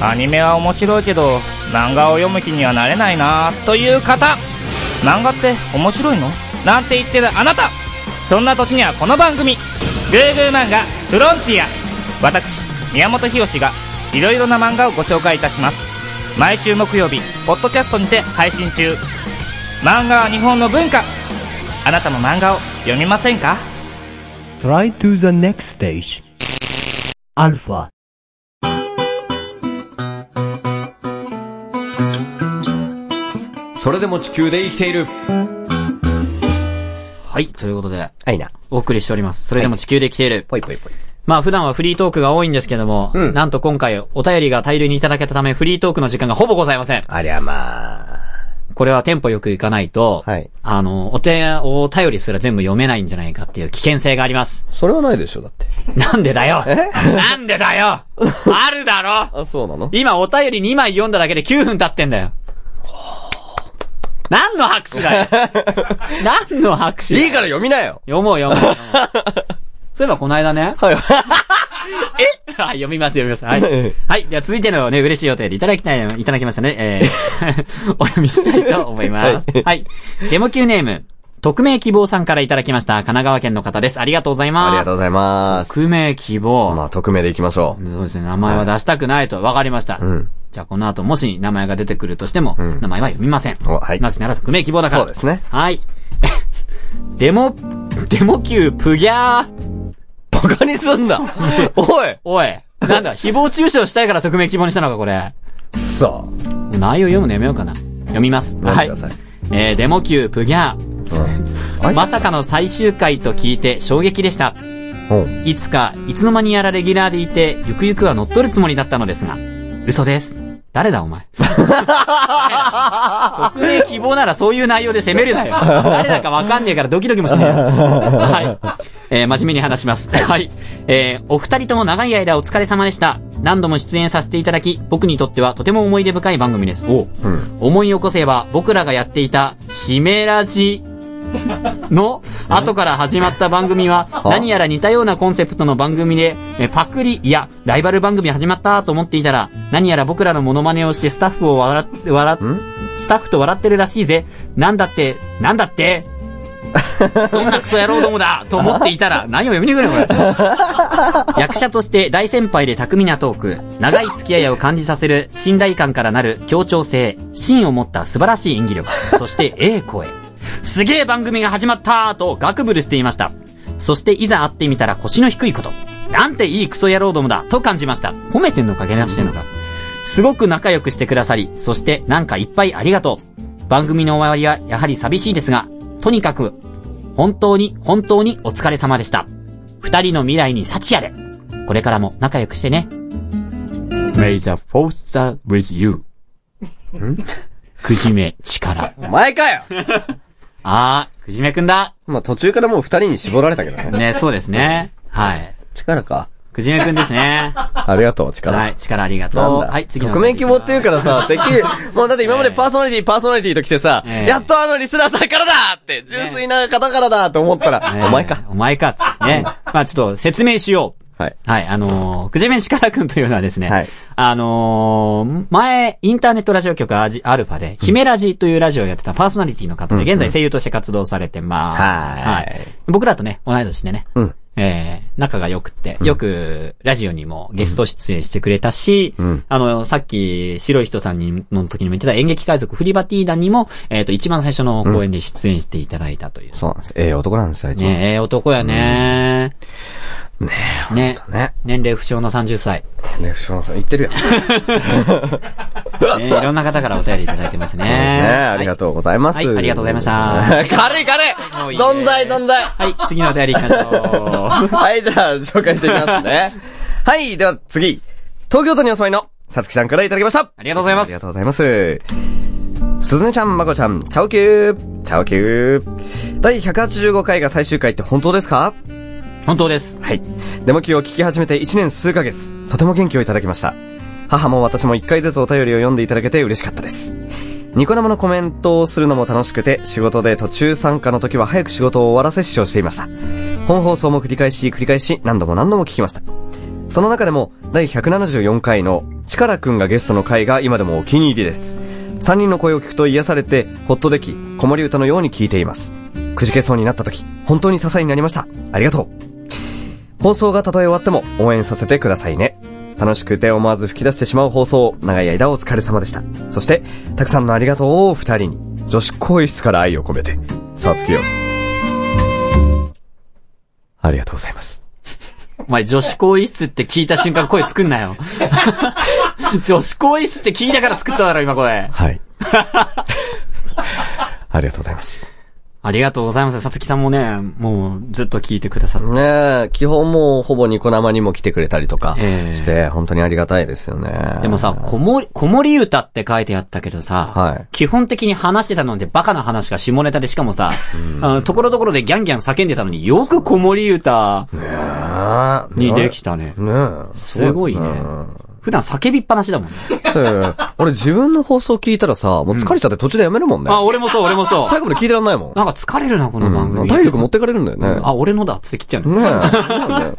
Speaker 7: アニメは面白いけど漫画を読む気にはなれないなという方漫画って面白いのなんて言ってるあなたそんな時にはこの番組「グーグー漫画フロンティア」私宮本浩がいろいろな漫画をご紹介いたします毎週木曜日ポッドキャストにて配信中漫画は日本の文化あなたも漫画を読みませんか
Speaker 8: Try to the next stage. Alpha.
Speaker 2: それでも地球で生きている。
Speaker 1: はい、ということで、
Speaker 2: あいな。
Speaker 1: お送りしております。それでも地球で来ている。
Speaker 2: ぽいぽいぽい。
Speaker 1: まあ、普段はフリートークが多いんですけども、なんと今回お便りが大量にいただけたため、フリートークの時間がほぼございません。
Speaker 2: ありゃまあ。
Speaker 1: これはテンポよくいかないと、
Speaker 2: はい
Speaker 1: あの、お手、お便りすら全部読めないんじゃないかっていう危険性があります。
Speaker 2: それはないでしょ、だって。
Speaker 1: なんでだよなんでだよあるだろ
Speaker 2: あ、そうなの
Speaker 1: 今お便り2枚読んだだけで9分経ってんだよ。何の拍手
Speaker 2: [LAUGHS]
Speaker 1: だよ何の拍手だよ
Speaker 2: いいから読みなよ
Speaker 1: 読もう読もう読もう。
Speaker 2: [LAUGHS]
Speaker 1: そういえばこの間ね。 [LAUGHS] はい。えはい、読みます読みます。はい。はい。では続いてのね、嬉しいお便りいただきたい、いただきましたね。えー、 [LAUGHS] お読みしたいと思います。はい。デモ級ネーム、匿名希望さんからいただきました。神奈川県の方です。ありがとうございます。
Speaker 2: ありがとうございます。
Speaker 1: 匿名希望。
Speaker 2: まあ、匿名で行きましょう。
Speaker 1: そうですね、名前は出したくないと。わかりました。
Speaker 2: ん
Speaker 1: じゃあこの後、もし名前が出てくるとしても、名前は読みません。
Speaker 2: おはい
Speaker 1: なぜなら匿名希望だから。
Speaker 2: そうですね。
Speaker 1: はい。 [LAUGHS] デモ、デモ級プギャー。
Speaker 2: バカにすん [LAUGHS] なおい
Speaker 1: おい。なん
Speaker 2: [LAUGHS]
Speaker 1: だ、誹謗中傷したいから匿名希望にしたのか、これ。
Speaker 2: さ
Speaker 1: もう内容読むのやめようかな。読みます。
Speaker 2: 読ん
Speaker 1: は
Speaker 2: で
Speaker 1: い
Speaker 2: ください。
Speaker 1: えー、デモ級プギャー。
Speaker 2: あ。
Speaker 1: まさかの最終回と聞いて衝撃でした。
Speaker 2: うん。
Speaker 1: いつか、いつの間にやらレギュラーでいて、ゆくゆくは乗っ取るつもりだったのですが、嘘です。誰だお前。匿名希望ならそういう内容で攻めるなよ。誰だかわかんねえからドキドキもしねえよ。はい。えー真面目に話します。はい。えーお二人とも長い間お疲れ様でした。何度も出演させていただき、僕にとってはとても思い出深い番組です。思い起こせば、僕らがやっていた、姫ラジの後から始まった番組は、何やら似たようなコンセプトの番組で、えパクリ、いや、ライバル番組始まったと思っていたら、何やら僕らのモノマネをしてスタッフを笑って、笑っ、スタッフと笑ってるらしいぜ。なんだって、なんだって、どんなクソ野郎どもだと思っていたら、何を読みにくれこれ。役者として大先輩で巧みなトーク、長い付き合いを感じさせる信頼感からなる協調性、芯を持った素晴らしい演技力、そしてええ声。すげえ番組が始まったとガクブルしていました。そしていざ会ってみたら腰の低いこと。なんていいクソ野郎どもだと感じました。褒めてんのかけなしてんのか。すごく仲良くしてくださり、そしてなんかいっぱいありがとう。番組の終わりはやはり寂しいですが、とにかく、本当に本当にお疲れ様でした。二人の未来に幸あれ。これからも仲良くしてね。May the force a with you. [LAUGHS] くじめ力。
Speaker 2: お前かよ
Speaker 1: あー、くじめくんだ。
Speaker 2: まあ、途中からもう二人に絞られたけどね。 [LAUGHS]
Speaker 1: ね、そうですね。はい。
Speaker 2: 力か。
Speaker 1: く藤井くんですね。
Speaker 2: ありがとう、力。
Speaker 1: はい、力ありが
Speaker 2: なん
Speaker 1: とう。
Speaker 2: だ。
Speaker 1: はい、次の。
Speaker 2: 匿名希望っていうか
Speaker 1: [LAUGHS]
Speaker 2: らさ、てっきり、もうだって今までパーソナリティ、パーソナリティと来てさ、
Speaker 1: ええ
Speaker 2: やっとあのリスナーさんからだって、純粋な方からだと思ったら、
Speaker 1: ね
Speaker 2: お前か。。
Speaker 1: お前かって。ね。まあちょっと説明しよう。
Speaker 2: はい。
Speaker 1: はい、あのー、くじめんしからくんというのはですね、
Speaker 2: はい
Speaker 1: あのー、前、インターネットラジオ局アジアルファで、ヒメラジというラジオをやってたパーソナリティの方で、現在声優として活動されてます。
Speaker 2: はい
Speaker 1: 僕らとね、同い年でね、
Speaker 2: うん
Speaker 1: えー、仲が良くって、よく、ラジオにもゲスト出演してくれたし、
Speaker 2: ん
Speaker 1: あの、さっき、白い人さんにの時にも言ってた演劇海賊フリバティーダにも、えっ、と、一番最初の公演で出演していただいたという。
Speaker 2: そうなんです。ええ男なんですよ、あいつも
Speaker 1: ねえ、ええ男やね、ねえ、
Speaker 2: ね。
Speaker 1: 年齢不詳の30歳。 [LAUGHS]
Speaker 2: [LAUGHS] ね、不祥さん言ってるやん。そう
Speaker 1: ねえ、いろんな方からお便りいただいてますね。
Speaker 2: ですね。ありがとうございます。
Speaker 1: はい、ありがとうございました。
Speaker 2: [LAUGHS] 軽い軽い存在存在
Speaker 1: [LAUGHS] はい、次のお便り行きまし [LAUGHS] ょう。
Speaker 2: はい、じゃあ、紹介していきますね。はい、では次。東京都にお住まいの、さつきさんからいただきました。
Speaker 1: ありがとうございま
Speaker 2: あり
Speaker 1: す
Speaker 2: が。とうございます。すずねちゃん、まこちゃん、チャオキューチャオキュー第185回が最終回って本当ですか
Speaker 1: 本当です。
Speaker 2: はい。デモ級を聞き始めて1年数ヶ月、とても元気をいただきました。母も私も1回ずつお便りを読んでいただけて嬉しかったです。ニコ生のコメントをするのも楽しくて、仕事で途中参加の時は早く仕事を終わらせ視聴していました。本放送も繰り返し繰り返し何度も何度も聞きました。その中でも、第174回の、チカラくんがゲストの回が今でもお気に入りです。3人の声を聞くと癒されて、ほっとでき、子守歌のように聞いています。くじけそうになった時、本当に支えになりました。ありがとう。放送がたとえ終わっても応援させてくださいね。楽しくて思わず吹き出してしまう放送、長い間お疲れ様でした。そして、たくさんのありがとうを二人に、女子更衣室から愛を込めて、さあつきよ。ありがとうございます。
Speaker 1: お前、女子更衣室って聞いた瞬間声作んな [LAUGHS] よ。女子更衣室って聞いたから作っただろ、今声。
Speaker 2: はい。 [LAUGHS] ありがとうございます。
Speaker 1: ありがとうございます。さつきさんもね、もうずっと聞いてくださって。
Speaker 2: ねえ、基本もうほぼニコ生にも来てくれたりとか
Speaker 1: ええ
Speaker 2: して、本当にありがたいですよね。
Speaker 1: でもさ、子守、子守歌って書いてあったけどさ、
Speaker 2: はい
Speaker 1: 基本的に話してたのでバカな話が下ネタでしかもさ、あのところどころでギャンギャン叫んでたのによく子守歌
Speaker 2: ああ、
Speaker 1: に
Speaker 2: ね
Speaker 1: できたね。
Speaker 2: え。
Speaker 1: すごいね。普段叫びっぱなしだもんね。
Speaker 2: って、俺自分の放送聞いたらさ、もう疲れちゃって途中でやめるもんね。
Speaker 1: あ、俺もそう、俺もそう。
Speaker 2: 最後まで聞いてらんないもん。
Speaker 1: なんか疲れるな、この番
Speaker 2: うん
Speaker 1: 組。
Speaker 2: 体力持ってかれるんだよね。
Speaker 1: あ、俺のだっつって切っちゃうの。
Speaker 2: ねえ。なんで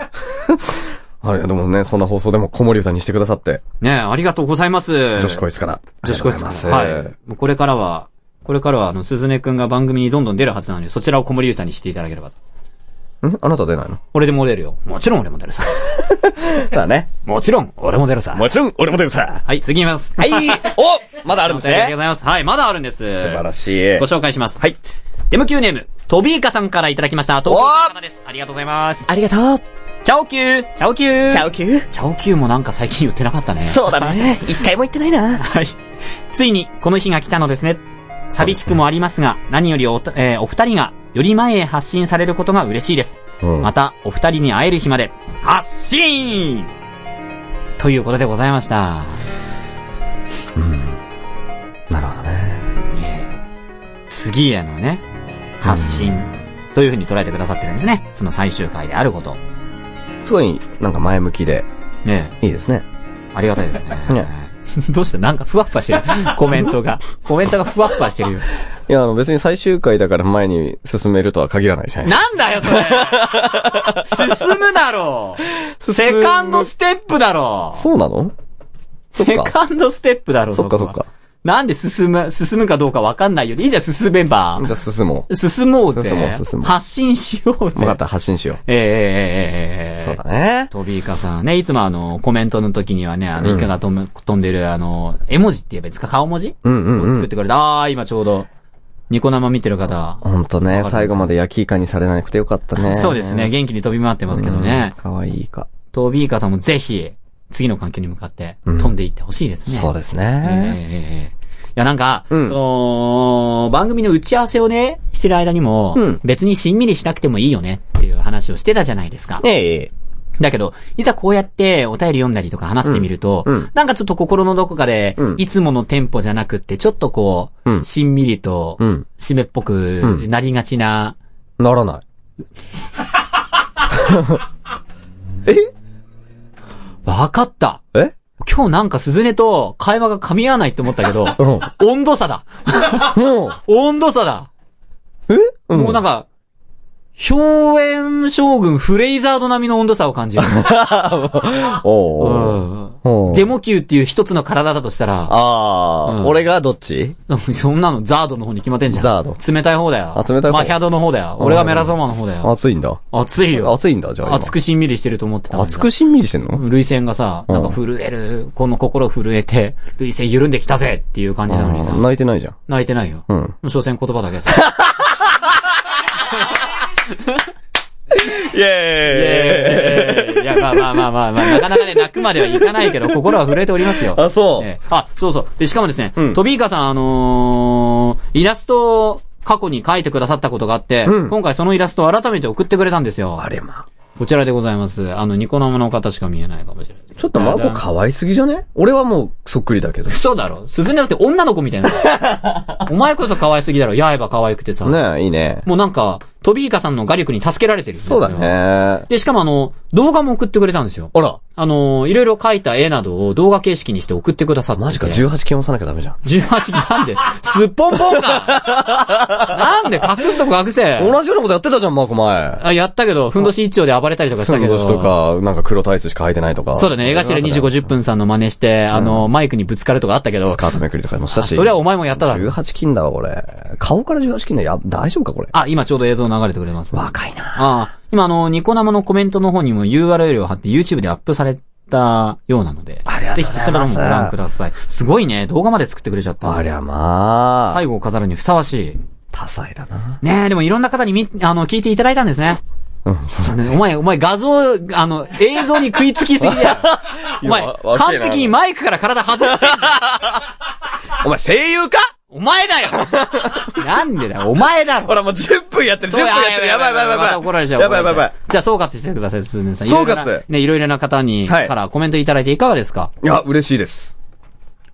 Speaker 2: [LAUGHS] あれ、でもね、そんな放送でも小森歌にしてくださって、
Speaker 1: ねえ、ありがとうございます。
Speaker 2: 女子こいつから。
Speaker 1: 女子高生
Speaker 2: ありがとうございます
Speaker 1: はい。もうこれからは、これからは、あの、鈴音くんが番組にどんどん出るはずなので、そちらを子守歌にしていただければと。
Speaker 2: んあなた出ないの
Speaker 1: 俺でも出るよ。もちろん俺も出
Speaker 2: [LAUGHS]
Speaker 1: るさ。
Speaker 2: だね。
Speaker 1: もちろん俺も出るさ。
Speaker 2: ちろん、俺も出るさ。
Speaker 1: はい、次行きます。
Speaker 2: はい
Speaker 1: ありがと
Speaker 2: おまだあるん
Speaker 1: うご
Speaker 2: です
Speaker 1: ざい
Speaker 2: ね。
Speaker 1: ます。はい、まだあるんです。素
Speaker 2: 素晴ら
Speaker 1: し
Speaker 2: しい。。
Speaker 1: ご紹介します。はいデム Q ネーム、トビーカさんからいただきました。東京都の方です。ありがとうございます。ありがとう。チャオキューチャオキューチャオキューチャオキューもなんか最近言ってなかったね。
Speaker 9: そうだ
Speaker 1: [LAUGHS]
Speaker 9: ね。一回も行ってないな。
Speaker 1: はい。ついに、この日が来たのですね。寂しくもありますが、何よりおた、えーお二人が、より前へ発信されることが嬉しいです。
Speaker 2: うん
Speaker 1: また、お二人に会える日まで、発信ということでございました。
Speaker 2: なるほどね。
Speaker 1: 次へのね、発信、というふうに捉えてくださってるんですね。その最終回であること。
Speaker 2: すごい、なんか前向きで、
Speaker 1: ね
Speaker 2: いいですね。
Speaker 1: えありがたいですね。
Speaker 2: ね
Speaker 1: [LAUGHS] どうしてなんかふわっわ [LAUGHS] してる。コメントが。コメントがふわっわしてるよ。
Speaker 2: いや、あの別に最終回だから前に進めるとは限らないじゃないですか。
Speaker 1: [LAUGHS] なんだよ、 [LAUGHS] それ進むだろうセカンドステップだろう
Speaker 2: そうなのそっ
Speaker 1: セ
Speaker 2: か。
Speaker 1: カンドステップだろう
Speaker 2: そっかそっ
Speaker 1: は
Speaker 2: か。
Speaker 1: なんで進む、進むかどうかわかんないより、いいじゃん、進めば
Speaker 2: じ。ゃあ進もう。
Speaker 1: 進もうぜ。
Speaker 2: 進もう進もう
Speaker 1: 発信しようぜ。
Speaker 2: 分かった、発信しよう。
Speaker 1: ええええええええ
Speaker 2: そうだね。
Speaker 1: トビーカさんね、いつもあの、コメントの時にはね、あ
Speaker 2: う
Speaker 1: の、
Speaker 2: ん
Speaker 1: イカが飛む飛んでる、あの、絵文字って言えばいいですか顔文字
Speaker 2: うんうん
Speaker 1: を
Speaker 2: う
Speaker 1: 作っ
Speaker 2: ん。
Speaker 1: てくれた。ああ、今ちょうど、ニコ生見てる方。
Speaker 2: ほんとね、最後まで焼きイカにされなくてよかったね。
Speaker 1: [LAUGHS] そうですね、元気に飛び回ってますけどね
Speaker 2: うん。かわいいイカ。
Speaker 1: と、ビーカーさんもぜひ、次の環境に向かって、飛んでいってほしいですね。。
Speaker 2: そうですす
Speaker 1: ええ
Speaker 2: ね。
Speaker 1: ええいや、なんか、
Speaker 2: うん
Speaker 1: その、番組の打ち合わせをね、してる間にも、
Speaker 2: うん
Speaker 1: 別にしんみりしなくてもいいよねっていう話をしてたじゃないですか。
Speaker 2: ええ。
Speaker 1: だけど、いざこうやってお便り読んだりとか話してみると、
Speaker 2: うんうん
Speaker 1: なんかちょっと心のどこかで、
Speaker 2: うん
Speaker 1: いつものテンポじゃなくって、ちょっとこう、
Speaker 2: うん
Speaker 1: しんみりと、
Speaker 2: うん
Speaker 1: 締めっぽくなりがちな、 [LAUGHS]
Speaker 2: ならない。え
Speaker 1: わかった。
Speaker 2: え
Speaker 1: 今日なんか鈴音と会話が噛み合わないって思ったけど、
Speaker 2: うん。
Speaker 1: 温度差だ。温度差だ。
Speaker 2: えうん。
Speaker 1: もうなんか、表演将軍フレイザード並みの温度差を感じ
Speaker 2: [LAUGHS]
Speaker 1: る。
Speaker 2: おーおー。
Speaker 1: デモ級っていう一つの体だとしたら、
Speaker 2: あ
Speaker 1: う
Speaker 2: ー、
Speaker 1: ん
Speaker 2: 俺がどっち
Speaker 1: そんなのザードの方に決まってんじゃん。
Speaker 2: ザード
Speaker 1: 冷たい方だよ。
Speaker 2: あ冷たい方
Speaker 1: マヒャドの方だよ。俺はメラゾーマの方だよ。
Speaker 2: 熱いんだ。
Speaker 1: 熱いよ。
Speaker 2: 熱いんだ、じゃあ。
Speaker 1: 熱くしんみりしてると思ってた
Speaker 2: 今。
Speaker 1: のに。
Speaker 2: 熱くしんみりしてんの
Speaker 1: 涙腺がさ、なんか震える、この心震えて、涙腺緩んできたぜっていう感じなのにさ
Speaker 2: あー、泣いてないじゃん。
Speaker 1: 泣いてないよ。
Speaker 2: うん。
Speaker 1: 所詮言葉だけさ。
Speaker 2: イェーイ
Speaker 1: いや、まあまあまあまあまあ、なかなかね、泣くまではいかないけど、心は震えておりますよ。
Speaker 2: あ、そう。
Speaker 1: ええあ、そうそう。で、しかもですね、
Speaker 2: うん
Speaker 1: トビーカさん、あのーイラストを過去に描いてくださったことがあって、
Speaker 2: うん
Speaker 1: 今回そのイラストを改めて送ってくれたんですよ。
Speaker 2: れま。
Speaker 1: こちらでございます。あの、ニコ生の方しか見えないかもしれないですけど。
Speaker 2: ちょっとマコ可愛すぎじゃね俺はもうそっくりだ [LAUGHS] けど。
Speaker 1: 嘘だろ鈴音だって女の子みたいな。
Speaker 2: [LAUGHS]
Speaker 1: お前こそ可愛すぎだろ。やえば可愛くてさ。
Speaker 2: ねえ、いいね。
Speaker 1: もうなんか、トビーカさんの画力に助けられてる、
Speaker 2: そうだ。ね。
Speaker 1: で、しかもあの、動画も送ってくれたんですよ。
Speaker 2: あら、
Speaker 1: あの、いろいろ描いた絵などを動画形式にして送ってくださってて。
Speaker 2: マジか、18件押さなきゃダメじゃん。
Speaker 1: 18なんで、すっぽんぽんかなんで隠すとこ隠せ
Speaker 2: 同じようなことやってたじゃん、マコ前。
Speaker 1: あ、やったけど、ふんどし一丁で暴れたりとかした
Speaker 2: サ
Speaker 1: け
Speaker 2: ン
Speaker 1: ど。
Speaker 2: ドスとか、なんか黒タイツしか履いてないとか。
Speaker 1: そうだね、映画指令25、10分さんの真似して、あの、マイクにぶつかるとかあったけど
Speaker 2: ス、カートめくりとかもしたし。
Speaker 1: それはお前もやっただろ。
Speaker 2: 18金だわ、これ。顔から18金だや、大丈夫か、これ。
Speaker 1: あ、今ちょうど映像流れてくれます、
Speaker 2: 若いな。
Speaker 1: ああ、今あの、ニコ生のコメントの方にも URL を貼って YouTube でアップされたようなので、
Speaker 2: ありが
Speaker 1: ぜ
Speaker 2: とう
Speaker 1: ひ
Speaker 2: ご
Speaker 1: そ
Speaker 2: ざ
Speaker 1: ちら
Speaker 2: いま
Speaker 1: も
Speaker 2: す
Speaker 1: ご覧ください。すごいね、動画まで作ってくれちゃった。
Speaker 2: ありゃまあ、
Speaker 1: 最後を飾るにふさわしい。
Speaker 2: 多彩だな。
Speaker 1: ねえ、でもいろんな方にみ、あの、聞いていただいたんですね。
Speaker 2: うん、
Speaker 1: ねお前、お前画像、あの、映像に食いつきすぎ
Speaker 2: [LAUGHS]
Speaker 1: だよ。お前
Speaker 2: いやわ、
Speaker 1: 完璧にマイクから体外してんじゃん
Speaker 2: お前声優か
Speaker 1: お前
Speaker 2: [LAUGHS]
Speaker 1: だよなんでだよ、お前だろ。
Speaker 2: らもう10分やってる、10
Speaker 1: そう
Speaker 2: 分やってる。やばいやばいやばい。
Speaker 1: また怒られちゃう。
Speaker 2: やばいやばいやばい。
Speaker 1: じゃあ、総括してください、鈴音さん。
Speaker 2: 総
Speaker 1: い
Speaker 2: 括
Speaker 1: ろいろなね、いろいろな方に、
Speaker 2: はい
Speaker 1: からコメントいただいていかがですか
Speaker 2: いや、嬉しいです。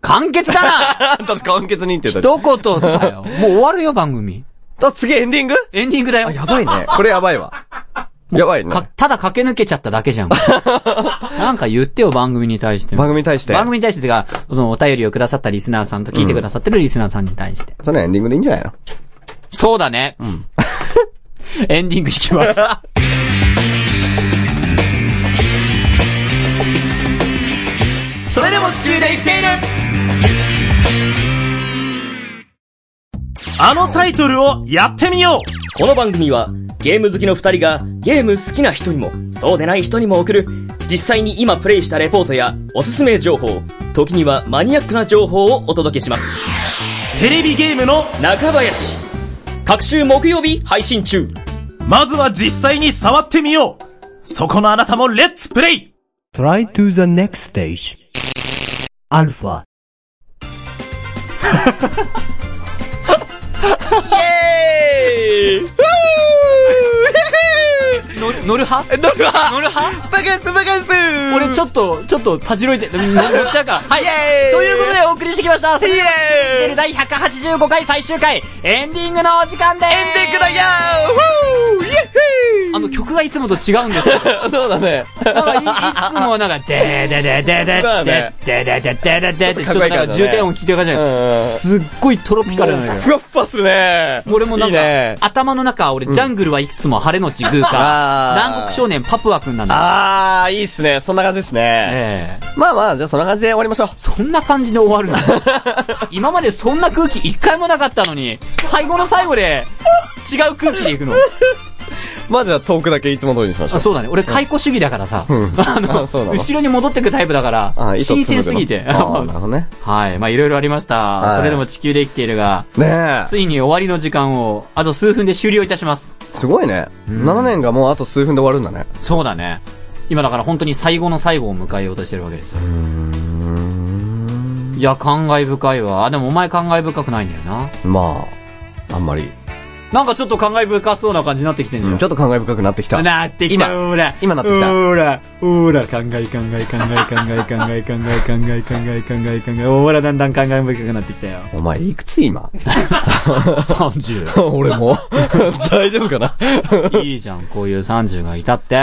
Speaker 1: 簡潔だな
Speaker 2: [LAUGHS] あんた完結認定
Speaker 1: 一
Speaker 2: だ。 [LAUGHS]
Speaker 1: 言だよ。もう終わるよ、番組。
Speaker 2: と、次エンディング
Speaker 1: エンディングだよ。
Speaker 2: やばいね。 [LAUGHS] これやばいわ。やばいね
Speaker 1: か。ただ駆け抜けちゃっただけ
Speaker 2: [LAUGHS]
Speaker 1: じゃん。なんか言ってよ、番組に対して。
Speaker 2: 番組に対して。
Speaker 1: 番組に対しててか、そのお便りをくださったリスナーさんと聞いてくださってるリスナーさんに対して。
Speaker 2: そのエンディングでいいんじゃないの
Speaker 1: そうだね。 [LAUGHS] エンディング弾き [LAUGHS] ます。
Speaker 6: それでも地球で生きている
Speaker 10: あのタイトルをやってみよう
Speaker 11: この番組はゲーム好きの二人がゲーム好きな人にもそうでない人にも送る実際に今プレイしたレポートやおすすめ情報時にはマニアックな情報をお届けします
Speaker 10: テレビゲームの、
Speaker 11: 中林各週木曜日配信中
Speaker 10: まずは実際に触ってみようそこのあなたもレッツプレイ
Speaker 8: Try to the next stage. Alpha.
Speaker 1: 乗る乗る派 [LAUGHS] 乗る派乗る派
Speaker 2: バカンスバカンス
Speaker 1: 俺ちょっと、ちょっとたじろいて、な乗っちゃうか。はい。ということでお送りしてきました。イエーイ第185回最終回、エンディングのお時間です。エンディングだよあの曲がいつもと違うん [LAUGHS] ですよ。
Speaker 2: そうだね。
Speaker 1: なんかいいつもなんか、ででででで
Speaker 2: そうだね
Speaker 1: でででででででちょっと
Speaker 2: っとかっこ
Speaker 1: ない
Speaker 2: い
Speaker 1: ん
Speaker 2: から
Speaker 1: か
Speaker 2: ね
Speaker 1: 重点音聞いてる感じじゃ
Speaker 2: うんう
Speaker 1: なんいすっごいトロピカルなのよ。
Speaker 2: ふわっふわするね。
Speaker 1: 俺もなん
Speaker 2: いいね
Speaker 1: か、。頭の中、俺、ジャングルはいつも晴れのちグーか、
Speaker 2: あー
Speaker 1: 南国少年パプワ君なんだ。
Speaker 2: あー、いいっすね。そんな感じですね。
Speaker 1: ええ
Speaker 2: まあまあ、じゃあそんな感じで終わりましょう。
Speaker 1: そんな感じで終わるの [LAUGHS] 今までそんな空気一回もなかったのに、最後の最後で、違う空気でいくの。
Speaker 2: まあじゃあトークだけいつも通りにしましょ
Speaker 1: あ
Speaker 2: う。
Speaker 1: そうだね。俺、解雇主義だからさ、
Speaker 2: ん
Speaker 1: [LAUGHS] あの、
Speaker 2: あそうなの
Speaker 1: 後ろに戻ってくタイプだから
Speaker 2: あ、ー糸
Speaker 1: 新
Speaker 2: 紡ぐ
Speaker 1: 鮮
Speaker 2: の
Speaker 1: すぎて。
Speaker 2: あーなるほどね。
Speaker 1: はい。まあ、いろいろありました。
Speaker 2: はい
Speaker 1: それでも地球で生きているが、
Speaker 2: ね
Speaker 1: ついに終わりの時間を、あと数分で終了いたします。
Speaker 2: え。すごいね。7年がもうあと数分で終わるんだね。
Speaker 1: そうだね。今だから本当に最後の最後を迎えようとしてるわけですよ。いや、感慨深いわ。あ、でもお前感慨深くないんだよな。
Speaker 2: まあ、あんまり。
Speaker 1: なんかちょっと感慨深そうな感じになってきてんじゃん。
Speaker 2: ちょっと感慨深くなってきた。
Speaker 1: なってきた。
Speaker 2: 今
Speaker 1: ほら。
Speaker 2: 今なってきた
Speaker 1: ほら。ほら。考え考え考え考え考え考え考え考え考え考え考え。ほら、だんだん考え深くなってきたよ。
Speaker 2: お前いくつ今
Speaker 1: 30。
Speaker 2: [LAUGHS] 俺も。大丈夫かない
Speaker 1: いじゃん、こういう30がいたって。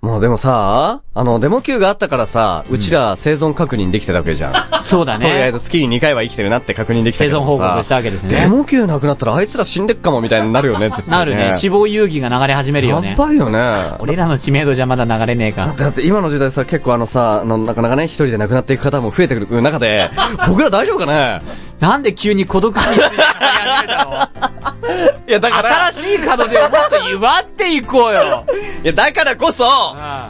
Speaker 2: もうでもさ、あの、デモ級があったからさ、うちら生存確認できてたわけじゃん。
Speaker 1: そう [LAUGHS] だね。
Speaker 2: とりあえず月に2回は生きてるなって確認できたけど
Speaker 1: 生存報告したわけですね
Speaker 2: デモ級なくなったらあいつら死んでっかもみたいになるよね、絶対、
Speaker 1: なるね。死亡遊戯が流れ始めるよね
Speaker 2: や。ばいよね。
Speaker 1: 俺らの知名度じゃまだ流れねえ
Speaker 2: [LAUGHS]
Speaker 1: か。
Speaker 2: だって今の時代さ、結構あのさ、あのなかなかね、一人で亡くなっていく方も増えてくる中
Speaker 1: [LAUGHS]
Speaker 2: で、僕ら大丈夫かね
Speaker 1: なんで急に孤独に
Speaker 2: [LAUGHS] いや、だから、
Speaker 1: 新しい門でもっと祝っていこうよ。
Speaker 2: いや、だからこそ、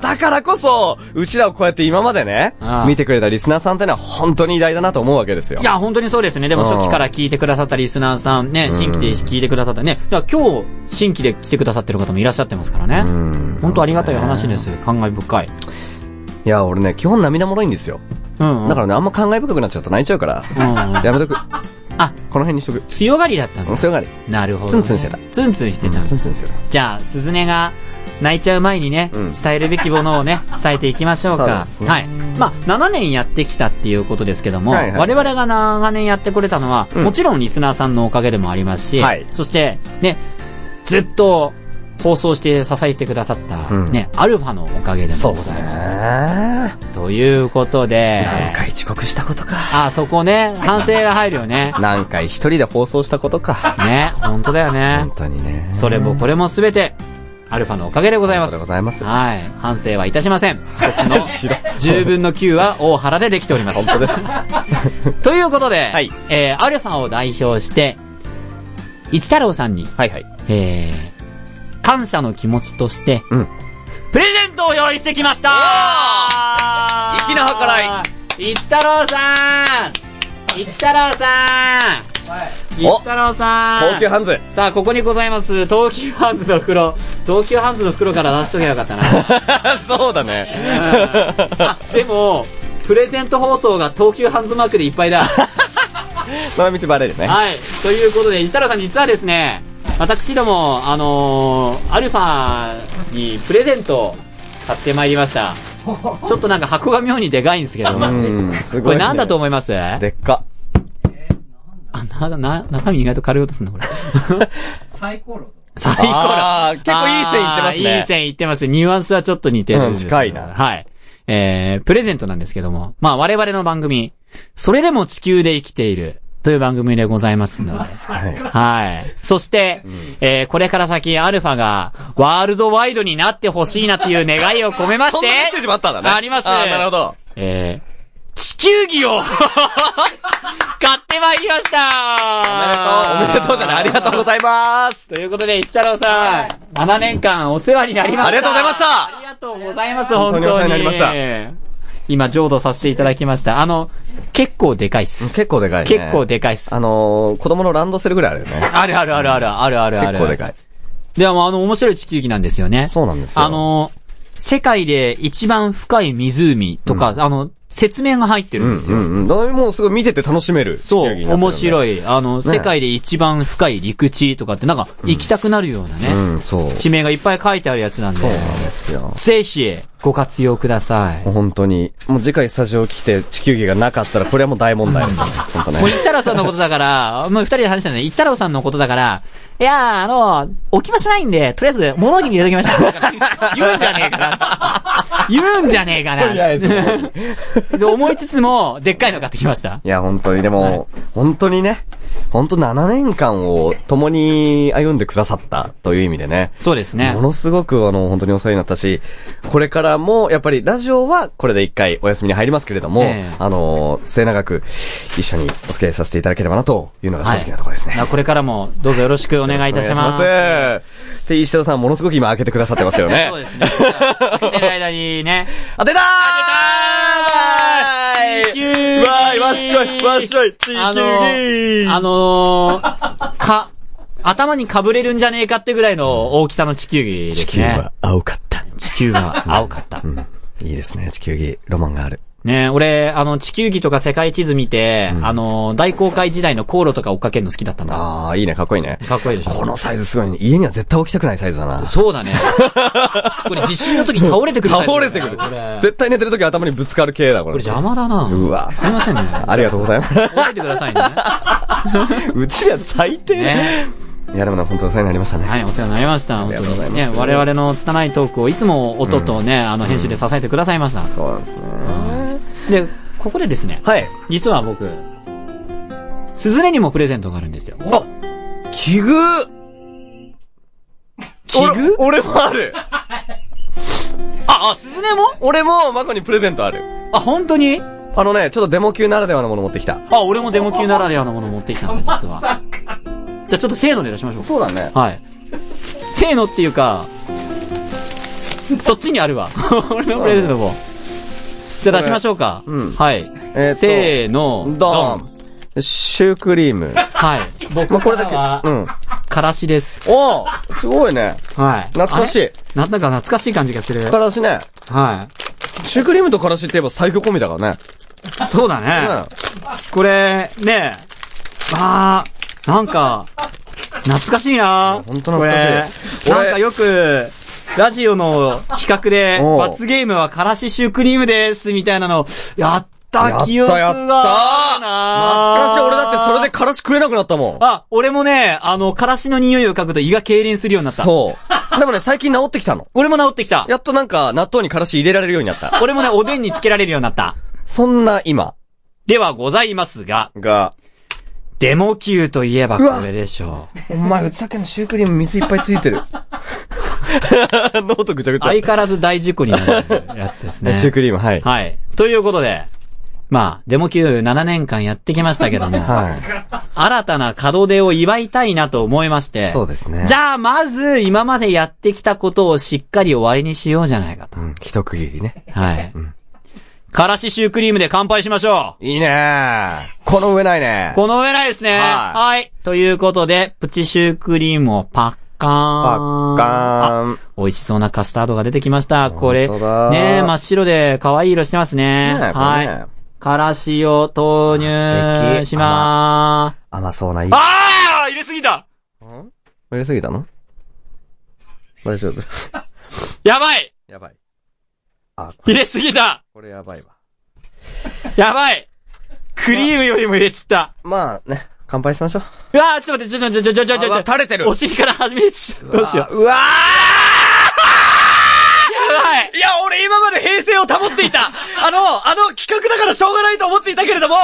Speaker 2: だからこそ、うちらをこうやって今までね
Speaker 1: ああ、
Speaker 2: 見てくれたリスナーさんってのは本当に偉大だなと思うわけですよ。
Speaker 1: いや、本当にそうですね。でも
Speaker 2: うん
Speaker 1: 初期から聞いてくださったリスナーさんね、新規で聞いてくださったね。だから今日、新規で来てくださってる方もいらっしゃってますからね。本当ありがたい話です。感慨深い。
Speaker 2: いや、俺ね、基本涙もろいんですよ。
Speaker 1: うん、うん。
Speaker 2: だからね、あんま感慨深くなっちゃうと泣いちゃうから、
Speaker 1: うんうん
Speaker 2: やめとく。
Speaker 1: あ、
Speaker 2: この辺にしとく。
Speaker 1: 強がりだったんだ。
Speaker 2: 強がり。
Speaker 1: なるほど、ね。
Speaker 2: ツンツンしてた。
Speaker 1: ツンツンしてた。
Speaker 2: ツンツンしてた。
Speaker 1: じゃあ、鈴音が泣いちゃう前にね、
Speaker 2: うん
Speaker 1: 伝えるべきものを
Speaker 2: [LAUGHS]
Speaker 1: ね、伝えていきましょうか。
Speaker 2: そうですね
Speaker 1: はい。まあ、7年やってきたっていうことですけども、
Speaker 2: はいはい
Speaker 1: 我々が長年やってくれたのは、
Speaker 2: うん
Speaker 1: もちろんリスナーさんのおかげでもありますし、
Speaker 2: はい
Speaker 1: そして、ね、ずっと放送して支えてくださった、
Speaker 2: うん
Speaker 1: ね、アルファのおかげでもございます。ということで、
Speaker 2: 何回遅刻したことか。
Speaker 1: あ、そこね、反省が入るよ
Speaker 2: [LAUGHS]
Speaker 1: ね。
Speaker 2: 何回一人で放送したことか。
Speaker 1: ね、本当だよね
Speaker 2: 本。当にね。
Speaker 1: それもこれもすべて、アルファのおかげでございます
Speaker 2: ありがとうご。ざいます。
Speaker 1: はい。反省はいたしませ
Speaker 2: [LAUGHS]
Speaker 1: ん。遅刻の10分の9は大原でできております。
Speaker 2: 本当です。
Speaker 1: [LAUGHS] ということで、
Speaker 2: はい
Speaker 1: えー、アルファを代表して、一太郎さんに、
Speaker 2: はいはい。
Speaker 1: えー、感謝の気持ちとして、
Speaker 2: うん
Speaker 1: プレゼントを用意してきました
Speaker 2: 粋な計ら
Speaker 1: い一太郎さん一太郎さん、
Speaker 2: お
Speaker 1: 一太郎さん
Speaker 2: 高級ハンズ。 [LAUGHS]
Speaker 1: さあ、ここにございます、東急ハンズの袋。東急ハンズの袋から出しときゃよかったな。
Speaker 2: そうだね。
Speaker 1: [LAUGHS] あでも、プレゼント放送が東急ハンズマークでいっぱ
Speaker 2: [LAUGHS]
Speaker 1: いだ。
Speaker 2: その道バレるね。
Speaker 1: はい。ということで、石太郎さん実はですね、私ども、あのーアルファにプレゼントを買ってまいりました。ちょっとなんか箱が妙にでかいんですけど、
Speaker 2: うん、す
Speaker 1: こ
Speaker 2: ごい、
Speaker 1: れ
Speaker 2: ね。
Speaker 1: なんだと思いますあ、
Speaker 2: でっか。
Speaker 1: な、な、中身意外と軽い音すんな、これ。 [LAUGHS] サイコロ。サイコロ。
Speaker 2: あー結構いい線いってますね
Speaker 1: あーいい線いってます。ニュアンスはちょっと似てるんですけど
Speaker 2: うん近いな
Speaker 1: はい。えー、プレゼントなんですけども。まあ、我々の番組、それでも地球で生きている。という番組でございますので。はい。そして、えー、これから先、アルファが、ワールドワイドになってほしいなっていう願いを込めまして、
Speaker 2: そんなメッセージもあったんだね。
Speaker 1: あります
Speaker 2: あーなるほど。
Speaker 1: えー、地球儀を、 [LAUGHS] 買ってまいりました
Speaker 2: おめでとう。おめでとうじゃない。ありがとうございます。
Speaker 1: ということで、一太郎さん、7年間お世話になりました。
Speaker 2: ありがとうございました
Speaker 1: ありがとうございます、
Speaker 2: 本
Speaker 1: 本当に。
Speaker 2: 当にお世話になりました
Speaker 1: 今、浄土させていただきました。あの、結構でかいっす。
Speaker 2: 結構でかいね。
Speaker 1: 結構でかいっす。
Speaker 2: あのー、子供のランドセルぐらいあるよね。
Speaker 1: あるあるあるあるあるあ [LAUGHS] るある。
Speaker 2: 結構でかい。
Speaker 1: でも、あの、面白い地球儀なんですよね。
Speaker 2: そうなんですよ
Speaker 1: あの、世界で一番深い湖とか、あの、説明が入ってる
Speaker 2: うんん
Speaker 1: です
Speaker 2: う
Speaker 1: よ。
Speaker 2: んうん。だからもうすごい見てて楽しめる。
Speaker 1: そう、面白
Speaker 2: い。
Speaker 1: い。あの、世界で一番深い陸地とかって、なんか、行きたくなるようなね、
Speaker 2: うん、そう。
Speaker 1: 地名がいっぱい書いてあるやつなんで、
Speaker 2: そうなんですよ。
Speaker 1: ぜひ、ご活用ください。
Speaker 2: もう
Speaker 1: も
Speaker 2: 本当に。もう次回スタジオ来て地球儀がなかったら、これはもう大問題ですね。本当ね
Speaker 1: う、。一太郎さんのことだから、もう二人で話したんで、一太郎さんのことだから、いやー、あの、置き場所ないんで、とりあえず、物置に入れときま
Speaker 2: [LAUGHS]
Speaker 1: した。言うんじゃねえかな。言うんじゃねえかな。
Speaker 2: りあえず
Speaker 1: で、思いつつも、でっかいの買ってきました。
Speaker 2: いや、本当に、でも、本当にね、本当7年間を共に歩んでくださったという意味でね。
Speaker 1: そうですね
Speaker 2: も。のすごく、あの、本当にお世話になったし、これからも、やっぱり、ラジオは、これで一回お休みに入りますけれども、
Speaker 1: ええ
Speaker 2: あの、末永く、一緒にお付き合いさせていただければな、というのが正直なところですね。
Speaker 1: はいこれからも、どうぞよろしくお願いいたします。
Speaker 2: す。で、石田さん、ものすごく今開けてくださってますけどね。
Speaker 1: そうです
Speaker 2: [LAUGHS]
Speaker 1: ね。見てる間にね。
Speaker 2: 当てたー
Speaker 1: 当てたー
Speaker 2: わーい
Speaker 1: 地球儀
Speaker 2: わーいわっしょいわっしょい地球儀
Speaker 1: あの、あのー、か、頭に被れるんじゃねえかってぐらいの大きさの地球儀ですね。
Speaker 2: 地球は青かった。
Speaker 1: 地球が青かった。
Speaker 2: いいですね、地球儀。ロマンがある。
Speaker 1: ね俺、あの、地球儀とか世界地図見て、あの、大航海時代の航路とか追っかけるの好きだったんだ。
Speaker 2: ああ、いいね、かっこいいね。
Speaker 1: かっこいいでしょ
Speaker 2: このサイズすごいね。家には絶対置きたくないサイズだな。
Speaker 1: そう [LAUGHS] だね。これ地震の時に倒れてくるタイプだ
Speaker 2: 倒
Speaker 1: よ
Speaker 2: れてくる
Speaker 1: これ。
Speaker 2: 絶対寝てるとき頭にぶつかる系だ、こ
Speaker 1: こ
Speaker 2: れ。
Speaker 1: れ邪魔だな。
Speaker 2: うわ
Speaker 1: すいませんね。 [LAUGHS]
Speaker 2: ありがとうございます。
Speaker 1: 覚えてくださいね。
Speaker 2: うちら最低ね
Speaker 1: ね。
Speaker 2: いや、でもね、本当にお世話になりましたね。
Speaker 1: はい、お世話になりました。本当に。ね、我々の拙いトークをいつも音とね、あの、編集で支えてくださいました。
Speaker 2: そうなんですね。
Speaker 1: で、ここでですね。
Speaker 2: はい。
Speaker 1: 実は僕、スズレにもプレゼントがあるんですよ。
Speaker 2: あ奇遇
Speaker 1: 奇遇
Speaker 2: 俺もある
Speaker 1: [LAUGHS] あ、あ、スズレも
Speaker 2: 俺も、マコにプレゼントある。
Speaker 1: あ、本当に
Speaker 2: あのね、ちょっとデモ級ならではのもの持ってきた。
Speaker 1: あ、俺もデモ級ならではのもの持ってきたんだ、実は。じゃあちょっとせーので出しましょう。
Speaker 2: そうだね。
Speaker 1: はい。せーのっていうか、そっちにあるわ。 [LAUGHS] 俺のプレゼントも。じゃあ出しましょうか。
Speaker 2: うん
Speaker 1: はい。
Speaker 2: えーと
Speaker 1: せーの、
Speaker 2: ドン。シュークリーム。
Speaker 1: はい。僕
Speaker 2: まあ、これ
Speaker 1: から
Speaker 2: だ
Speaker 1: は
Speaker 2: け。う、ん。
Speaker 1: からしです。
Speaker 2: おーすごいね。
Speaker 1: はい。
Speaker 2: 懐かしい
Speaker 1: あれ。なんだか懐かしい感じがする。
Speaker 2: からしね。
Speaker 1: は
Speaker 2: シュークリームとからしって言えば最強コンビだからね。
Speaker 1: い。そうだね。これ、ねあー、なんか、懐かしいな
Speaker 2: ほんと懐かしい
Speaker 1: これ
Speaker 2: 俺
Speaker 1: なんかよく、ラジオの比較で、
Speaker 2: おう
Speaker 1: 罰ゲームはからしシュークリームです、みたいなの、やった記
Speaker 2: やっ
Speaker 1: 憶
Speaker 2: た
Speaker 1: が
Speaker 2: やった
Speaker 1: あるな
Speaker 2: 懐かしい。俺だってそれでからし食えなくなったもん。
Speaker 1: あ、俺もね、あの、からしの匂いを嗅ぐと胃が痙攣するようになった。
Speaker 2: そう。でもね、最近治ってきたの。
Speaker 1: 俺も治ってきた。
Speaker 2: やっとなんか、納豆にからし入れられるようになった。
Speaker 1: 俺もね、おでんにつけられるようになった。
Speaker 2: そんな今
Speaker 1: ではございますが、
Speaker 2: が、
Speaker 1: デモ級といえばこれでしょう。
Speaker 2: お前、さっきのシュークリーム水いっぱいつい [LAUGHS] てる。ノートぐちゃぐちゃ。
Speaker 1: 相変わらず大事故になるやつ
Speaker 2: [LAUGHS]
Speaker 1: ですね。
Speaker 2: シュークリーム、はい。
Speaker 1: はい。ということで、まあ、デモ級7年間やってきましたけども、
Speaker 2: [LAUGHS] は
Speaker 1: 新たな門出を祝いたいなと思いまして、
Speaker 2: い。そうですね。
Speaker 1: じ
Speaker 2: ゃ
Speaker 1: ゃあ、まず、今までやってきたことをしっかり終わりにしようじゃないかと。
Speaker 2: うん、一区切りね。
Speaker 1: はい。からしシュークリームで乾杯しましょう
Speaker 2: いいねーこの上ないね
Speaker 1: この上ないですね
Speaker 2: は
Speaker 1: はいい。ということで、プチシュークリームをパッカーン。
Speaker 2: パッカーン
Speaker 1: あ。美味しそうなカスタードが出てきました。これ、ね
Speaker 2: 本当だ
Speaker 1: え真っ白で可愛い色してますね。
Speaker 2: ねえこ
Speaker 1: は
Speaker 2: れね
Speaker 1: い。からしを投
Speaker 2: 素敵
Speaker 1: 入しま
Speaker 2: 甘そうないい。
Speaker 1: あー入れすぎた
Speaker 2: 入れすぎたの大丈夫。
Speaker 1: やばい
Speaker 2: [LAUGHS] やばい。あ、こ
Speaker 1: 入
Speaker 2: れ、
Speaker 1: れすぎた
Speaker 2: これやばいわ。
Speaker 1: やばいクリームよりも入れちった。
Speaker 2: まあね、乾杯しましょう。
Speaker 1: うわーちょっと待って、ちょっと待って、ちょっと待って、ちょっと待って、ちょっと待って。
Speaker 2: 垂れてる
Speaker 1: お尻から始めちゃった。どうしよう。
Speaker 2: うわ
Speaker 1: やばい
Speaker 2: ーいや、俺今まで平静を保ってい [LAUGHS] たあの、あの企画だからしょうがないと思っていたけれども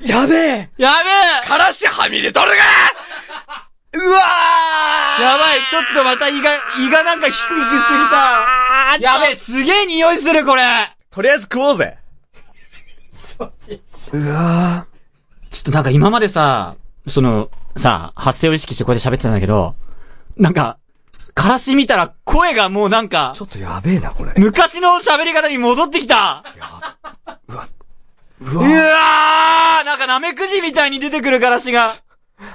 Speaker 2: やべえ
Speaker 1: やべえ
Speaker 2: からしはみ出とるがうわー
Speaker 1: やばい、ちょっとまた胃が、胃がなんかヒクヒクしてきた。やべえ、すげえ匂いする、これ。
Speaker 2: とりあえず食おうぜうわ
Speaker 1: ちょっとなんか今までさ、その、さ、発声を意識してこうやって喋ってたんだけど、なんか、からし見たら声がもうなんか
Speaker 2: ー、ちょっとやべえな、これ。
Speaker 1: 昔の喋り方に戻ってきた。うわ、うわーなんかナメクジみたいに出てくるからしが。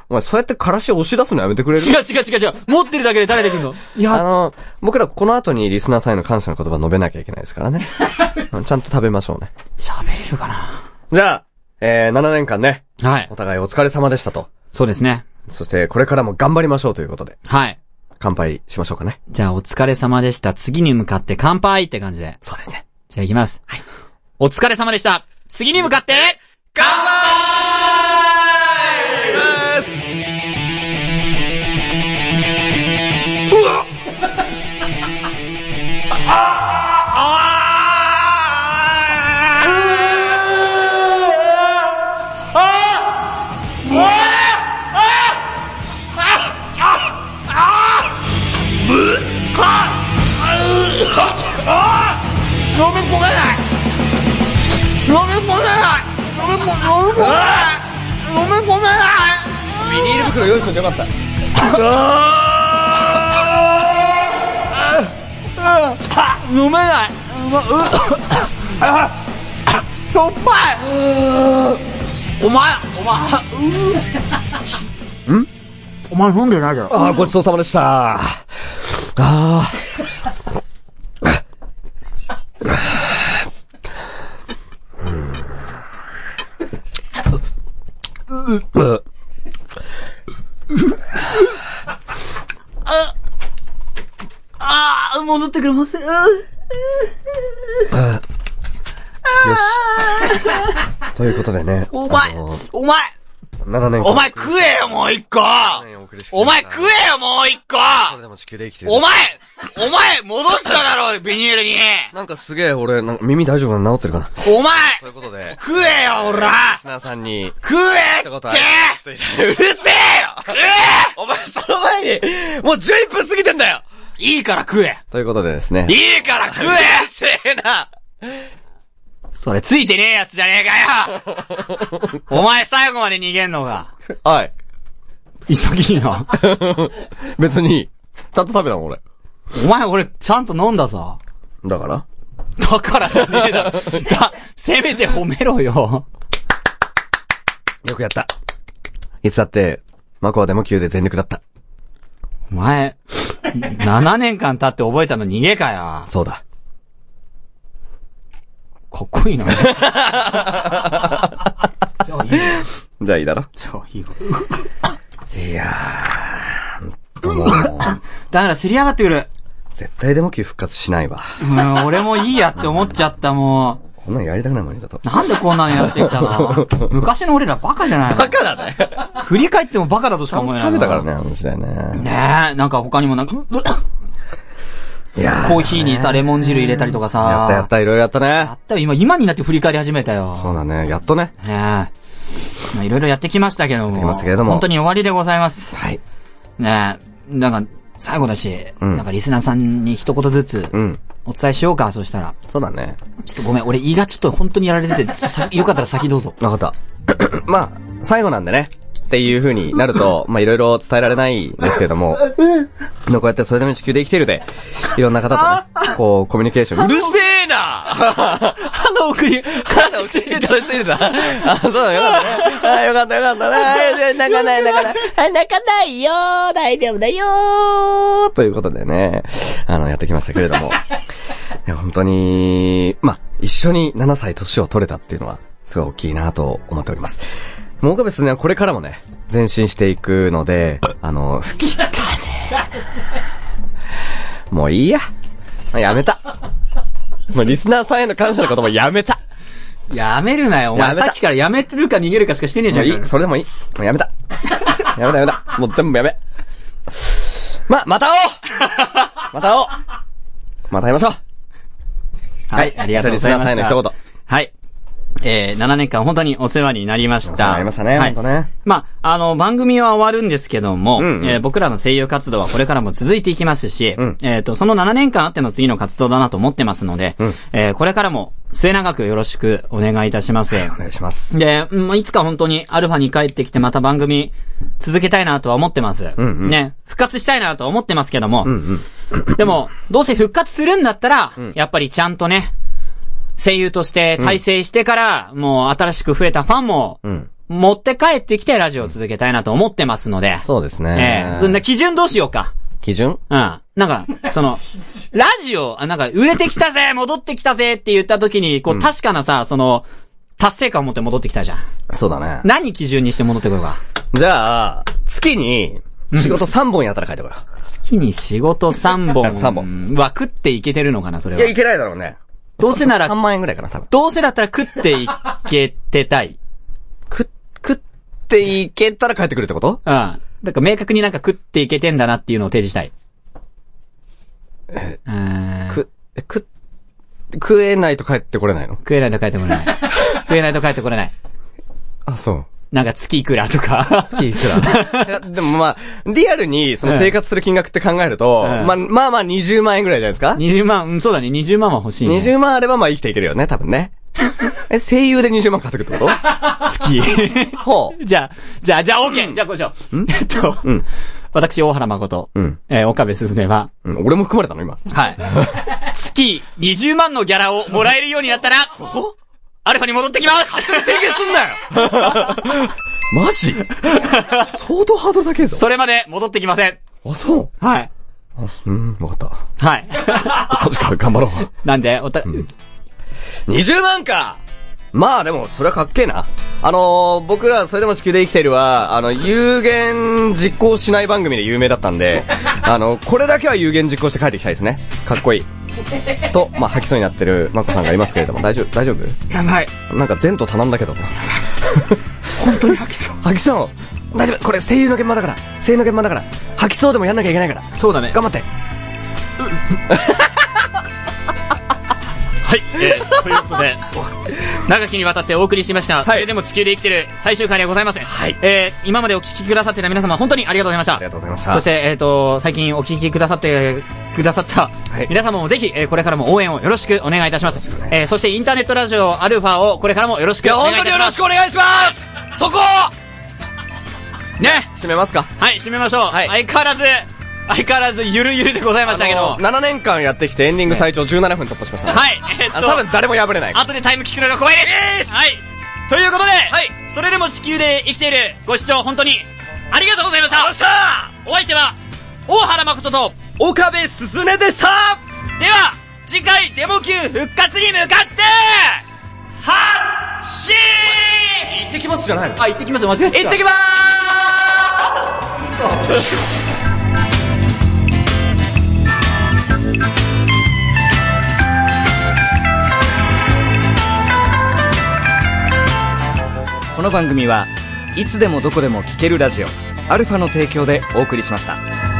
Speaker 2: お前、そうやってからし押し出すのやめてくれる
Speaker 1: 違う違う違う違う。持ってるだけで垂れてくるの。い
Speaker 2: あ
Speaker 1: や、
Speaker 2: の、僕らこの後にリスナーさんへの感謝の言葉述べなきゃいけないですからね。 [LAUGHS] うんちゃんと食べましょうね。
Speaker 1: 喋れるか
Speaker 2: じゃあ、えー、7年間ね、
Speaker 1: なはい
Speaker 2: お。互いお疲れ様でしたと。
Speaker 1: そうですね。
Speaker 2: そして、これからも頑張りましょうということで、
Speaker 1: はい。
Speaker 2: 乾杯しましょうかね。
Speaker 1: じゃあお疲れ様でした。次に向かって乾杯って感じで。
Speaker 2: そうですね。
Speaker 1: じゃあ行きます。はい。お疲れ様でした。次に向かって、乾
Speaker 2: ビニール袋用意しといてよかった。
Speaker 1: 杯飲めない。うわうっあしょっぱいお前、お前、んお前飲んでないだろ。
Speaker 2: ああ、ごちそうさまでした。ああ。
Speaker 1: ああ、戻ってくる、戻ってくる。
Speaker 2: ということでね。
Speaker 1: お前
Speaker 2: あのー、
Speaker 1: お前、
Speaker 2: 7年間。
Speaker 12: お前食えよ、もう一個お前食えよ、もう一個
Speaker 2: それでも地球で生きてる。
Speaker 12: お前お前戻しただろ、ビニールに
Speaker 2: なんかすげえ、俺、なんか耳大丈夫かな治ってるかな
Speaker 12: お前
Speaker 2: ということで、
Speaker 12: 食えよ、ほら
Speaker 2: リスナーさんに、
Speaker 12: 食えって
Speaker 2: こ
Speaker 12: うる
Speaker 2: と
Speaker 12: せ
Speaker 2: は
Speaker 12: えよ食え
Speaker 2: お前その前に、もう11分過ぎてんだよ
Speaker 12: いいから食え
Speaker 2: ということでですね。
Speaker 12: いいから食えせえなそれついてねえやつじゃねえか
Speaker 1: [LAUGHS]
Speaker 12: よお前最後まで逃げんのか
Speaker 2: はい。 [LAUGHS]
Speaker 1: 潔いな。
Speaker 2: 別に、ちゃんと食べたもん、俺。
Speaker 1: お前俺、ちゃんと飲んだぞ。
Speaker 2: だから
Speaker 1: だからじゃねえだろ。だ、せめて褒めろよ。
Speaker 2: よくやった。いつだって、マコはデモ級で全力だった。
Speaker 1: お前、7年間経って覚えたの逃げかよ。
Speaker 2: そうだ。
Speaker 1: かっこいいな。
Speaker 2: じゃあいいだろ
Speaker 1: そう、いいわ
Speaker 2: いや
Speaker 1: だからせり上がってくる。
Speaker 2: ー、絶対デモ級復活しないわ。
Speaker 1: うん、俺もいいやって思っちゃった、も
Speaker 2: こんなんやりたくないもんね、だと
Speaker 1: う。。なんでこんなのやってきた
Speaker 2: [LAUGHS]
Speaker 1: の昔の俺らバカじゃないのバカだね。振り返ってもバカだとしか思えない。
Speaker 2: 食べたから。ね、あの時代ね。
Speaker 1: ねえ、なんか他に
Speaker 2: [LAUGHS]
Speaker 1: もなんか、うっ
Speaker 2: いや
Speaker 1: コーヒーにさ、レモン汁入れたりとかさ。
Speaker 2: ー、やったやった、いろいろやったね。
Speaker 1: た。今、今になって振り返り始めたよ。
Speaker 2: そうだね、やっとね。
Speaker 1: ねえ。まあ、いろいろやってきましたけども。
Speaker 2: てきましたけれども
Speaker 1: 本当に終わりでございます。
Speaker 2: はい。
Speaker 1: ねえ、なんか、最後だし、
Speaker 2: うん
Speaker 1: なんかリスナーさんに一言ずつ、
Speaker 2: うん。
Speaker 1: お伝えしようか、そしたら。
Speaker 2: そうだね。
Speaker 1: ちょっとごめん、俺胃がちょっと本当にやられてて、さよかったら先
Speaker 2: [LAUGHS]
Speaker 1: どうぞ。
Speaker 2: わかった。 [CLEARS THROAT] まあ、最後なんでね。っていう風になる [LAUGHS] と、まあいろいろ伝えられないんですけど [LAUGHS] も、でもこうやってそれでも地球で生きてるで、いろんな方とね、こう、コミュニケーション。うるせえな
Speaker 1: 歯の奥 [LAUGHS] に、歯の奥に垂れすぎてた。
Speaker 2: あ、そうだ、よかったね。あ、よかったよかったね。あ泣かない、泣かない。あ泣かないよ大丈夫だよということでね、あの、やってきましたけれども。いや、本当に、まあ、一緒に7歳年を取れたっていうのは、すごい大きいなと思っております。もう岡部すね、これからもね、前進していくので、あの、吹きたね。もういいや。やめた。もうリスナーさんへの感謝の言葉やめた。
Speaker 1: やめるなよ、お前。
Speaker 2: やめた
Speaker 1: さっきからやめてるか逃げるかしかしてねえじ
Speaker 2: も
Speaker 1: ゃ。
Speaker 2: うんいい、それでもいい。もうやめ [LAUGHS] た。やめたやめた。もう全部やめ。ま、また会 [LAUGHS] おうまた会おうまた会いましょう
Speaker 1: はい、ありがとうございまし
Speaker 2: じゃあリスナー
Speaker 1: た。
Speaker 2: さんへの一言。
Speaker 1: はい。えー、7年間本当にお世話になりまし
Speaker 2: お世話に
Speaker 1: た。
Speaker 2: なりましたね
Speaker 1: はい
Speaker 2: 本当ね。
Speaker 1: まあ、あの、番組は終わるんですけども、
Speaker 2: うんうん
Speaker 1: えー僕らの声優活動はこれからも続いていきますし、
Speaker 2: うん
Speaker 1: えっ、と、その7年間あっての次の活動だなと思ってますので、
Speaker 2: うん
Speaker 1: えーこれからも末永くよろしくお願いいたします。
Speaker 2: お願いします。
Speaker 1: で、うんまあいつか本当にアルファに帰ってきてまた番組続けたいなとは思ってます。
Speaker 2: うんうん
Speaker 1: ね、復活したいなとは思ってますけども、
Speaker 2: うん
Speaker 1: でも、どうせ復活するんだったら、やっぱりちゃんとね、声優として体制してから、もう新しく増えたファンも、
Speaker 2: うん。うん。
Speaker 1: 持って帰ってきてラジオを続けたいなと思ってますので。
Speaker 2: そうです
Speaker 1: え
Speaker 2: ね
Speaker 1: え。そんな基準どうしようか。
Speaker 2: 基準
Speaker 1: うん。なんか、そ
Speaker 2: [LAUGHS]
Speaker 1: の、ラジオ、あなんか、売れてきたぜ戻ってきたぜって言った時に、こう、確かなさ、その、達成感を持って戻ってきたじゃん。
Speaker 2: そうだね。
Speaker 1: 何基準にして戻ってくるか。
Speaker 2: じゃあ、月に、仕事3本やったら書いてこよ
Speaker 1: 月に仕事3本。
Speaker 2: [LAUGHS] 三
Speaker 1: は食っていけてるのかな、それ
Speaker 2: う。いや、い
Speaker 1: は。
Speaker 2: けないだろうね。
Speaker 1: どうせなら
Speaker 2: 3、万円ぐらいかな、多分。
Speaker 1: どうせだったら食っていけてたい。
Speaker 2: く、食っていけたら帰ってくるってこと
Speaker 1: うん。だから明確になんか食っていけてんだなっていうのを提示したい。うーん。
Speaker 2: く、えく、食えないと帰ってこれないの
Speaker 1: 食えないと帰ってこれ
Speaker 2: [LAUGHS]
Speaker 1: ない。食えないと帰ってこれない。
Speaker 2: あ、そう。
Speaker 1: なんか月いくらとか。
Speaker 2: 月いくらいや [LAUGHS] でもまあ、リアルにその生活する金額って考えると、
Speaker 1: うん
Speaker 2: まあまあまあ20万円ぐらいじゃないですか
Speaker 1: 20万、うん、そうだね、20万は欲しい、ね。
Speaker 2: ?20 万あればまあ生きていけるよね、多分ね。え、声優で20万稼
Speaker 1: [LAUGHS]
Speaker 2: ぐってこと
Speaker 1: 月。
Speaker 2: ほ
Speaker 1: じゃあ、じゃあ、じゃあ、OK! じゃあ、こうしよう。えっと、
Speaker 2: ん
Speaker 1: 私、大原誠、
Speaker 2: うん
Speaker 1: えー岡部すずねは、
Speaker 2: う。うん、俺も含まれたの今。
Speaker 1: はい。 [LAUGHS] 月20万のギャラをもらえるようになったら、アルファに戻ってきます勝 [LAUGHS] 手に宣言すんなよ
Speaker 2: [LAUGHS] マジ相当ハードル高えぞ。
Speaker 1: それまで戻ってきません。
Speaker 2: あ、そう。
Speaker 1: はい。
Speaker 2: あうん、わかった
Speaker 1: はい。。
Speaker 2: マジか、頑張ろう。
Speaker 1: [LAUGHS] なんで、おた、
Speaker 2: 20万かまあでも、それはかっけえな。あのー、僕ら、それでも地球で生きているは、あの、有言実行しない番組で有名だったん [LAUGHS] で、あの、これだけは有言実行して帰ってきたいですね。かっこいい。と、まあ、吐きそうになってるまこさんがいますけれども、大丈夫大丈夫 [LAUGHS]
Speaker 1: やばい。
Speaker 2: なんか前途多難だけど。本当に吐きそう。吐きそう。大丈夫。これ声優の現場だから。声優の現場だから。吐きそうでもやんなきゃいけないから。
Speaker 12: そうだね。
Speaker 2: 頑張って。
Speaker 1: はい、えー、ということで、長きにわたってお送りしました。それでも地球で生きてる最終回ではございません。はい。えー、今までお聞きくださってた皆様、本当にありがとうございました。ありが
Speaker 2: とうございました
Speaker 1: そして、えっ、と、最近お聞きくださって、くださった、皆様もぜひ、えーこれからも応援をよろしくお願いいたします。えー、そしてインターネットラジオアルファをこれからもよろしくお願いいたします。
Speaker 12: よろしくお願いしますそこね
Speaker 2: 締めますか
Speaker 1: はい、締めましょう。相変わらず、相変わらずゆるゆるでございましたけども。
Speaker 2: 7年間やってきてエンディング最長17分突破しましたね。
Speaker 1: はい、えっと、
Speaker 2: あ多分誰も破れない。
Speaker 1: 後でタイム聞くのが怖いですはいということで、それでも地球で生きているご視聴本当にありがとうございましたお相手は、大原誠と
Speaker 12: 岡部すすねでした
Speaker 1: では、次回デモ級復活に向かって発進
Speaker 2: 行ってきますじゃないの
Speaker 1: あ、行ってきました、間違え
Speaker 12: 行ってきまーす
Speaker 2: この番組はいつでもどこでも聴けるラジオアルファの提供でお送りしました。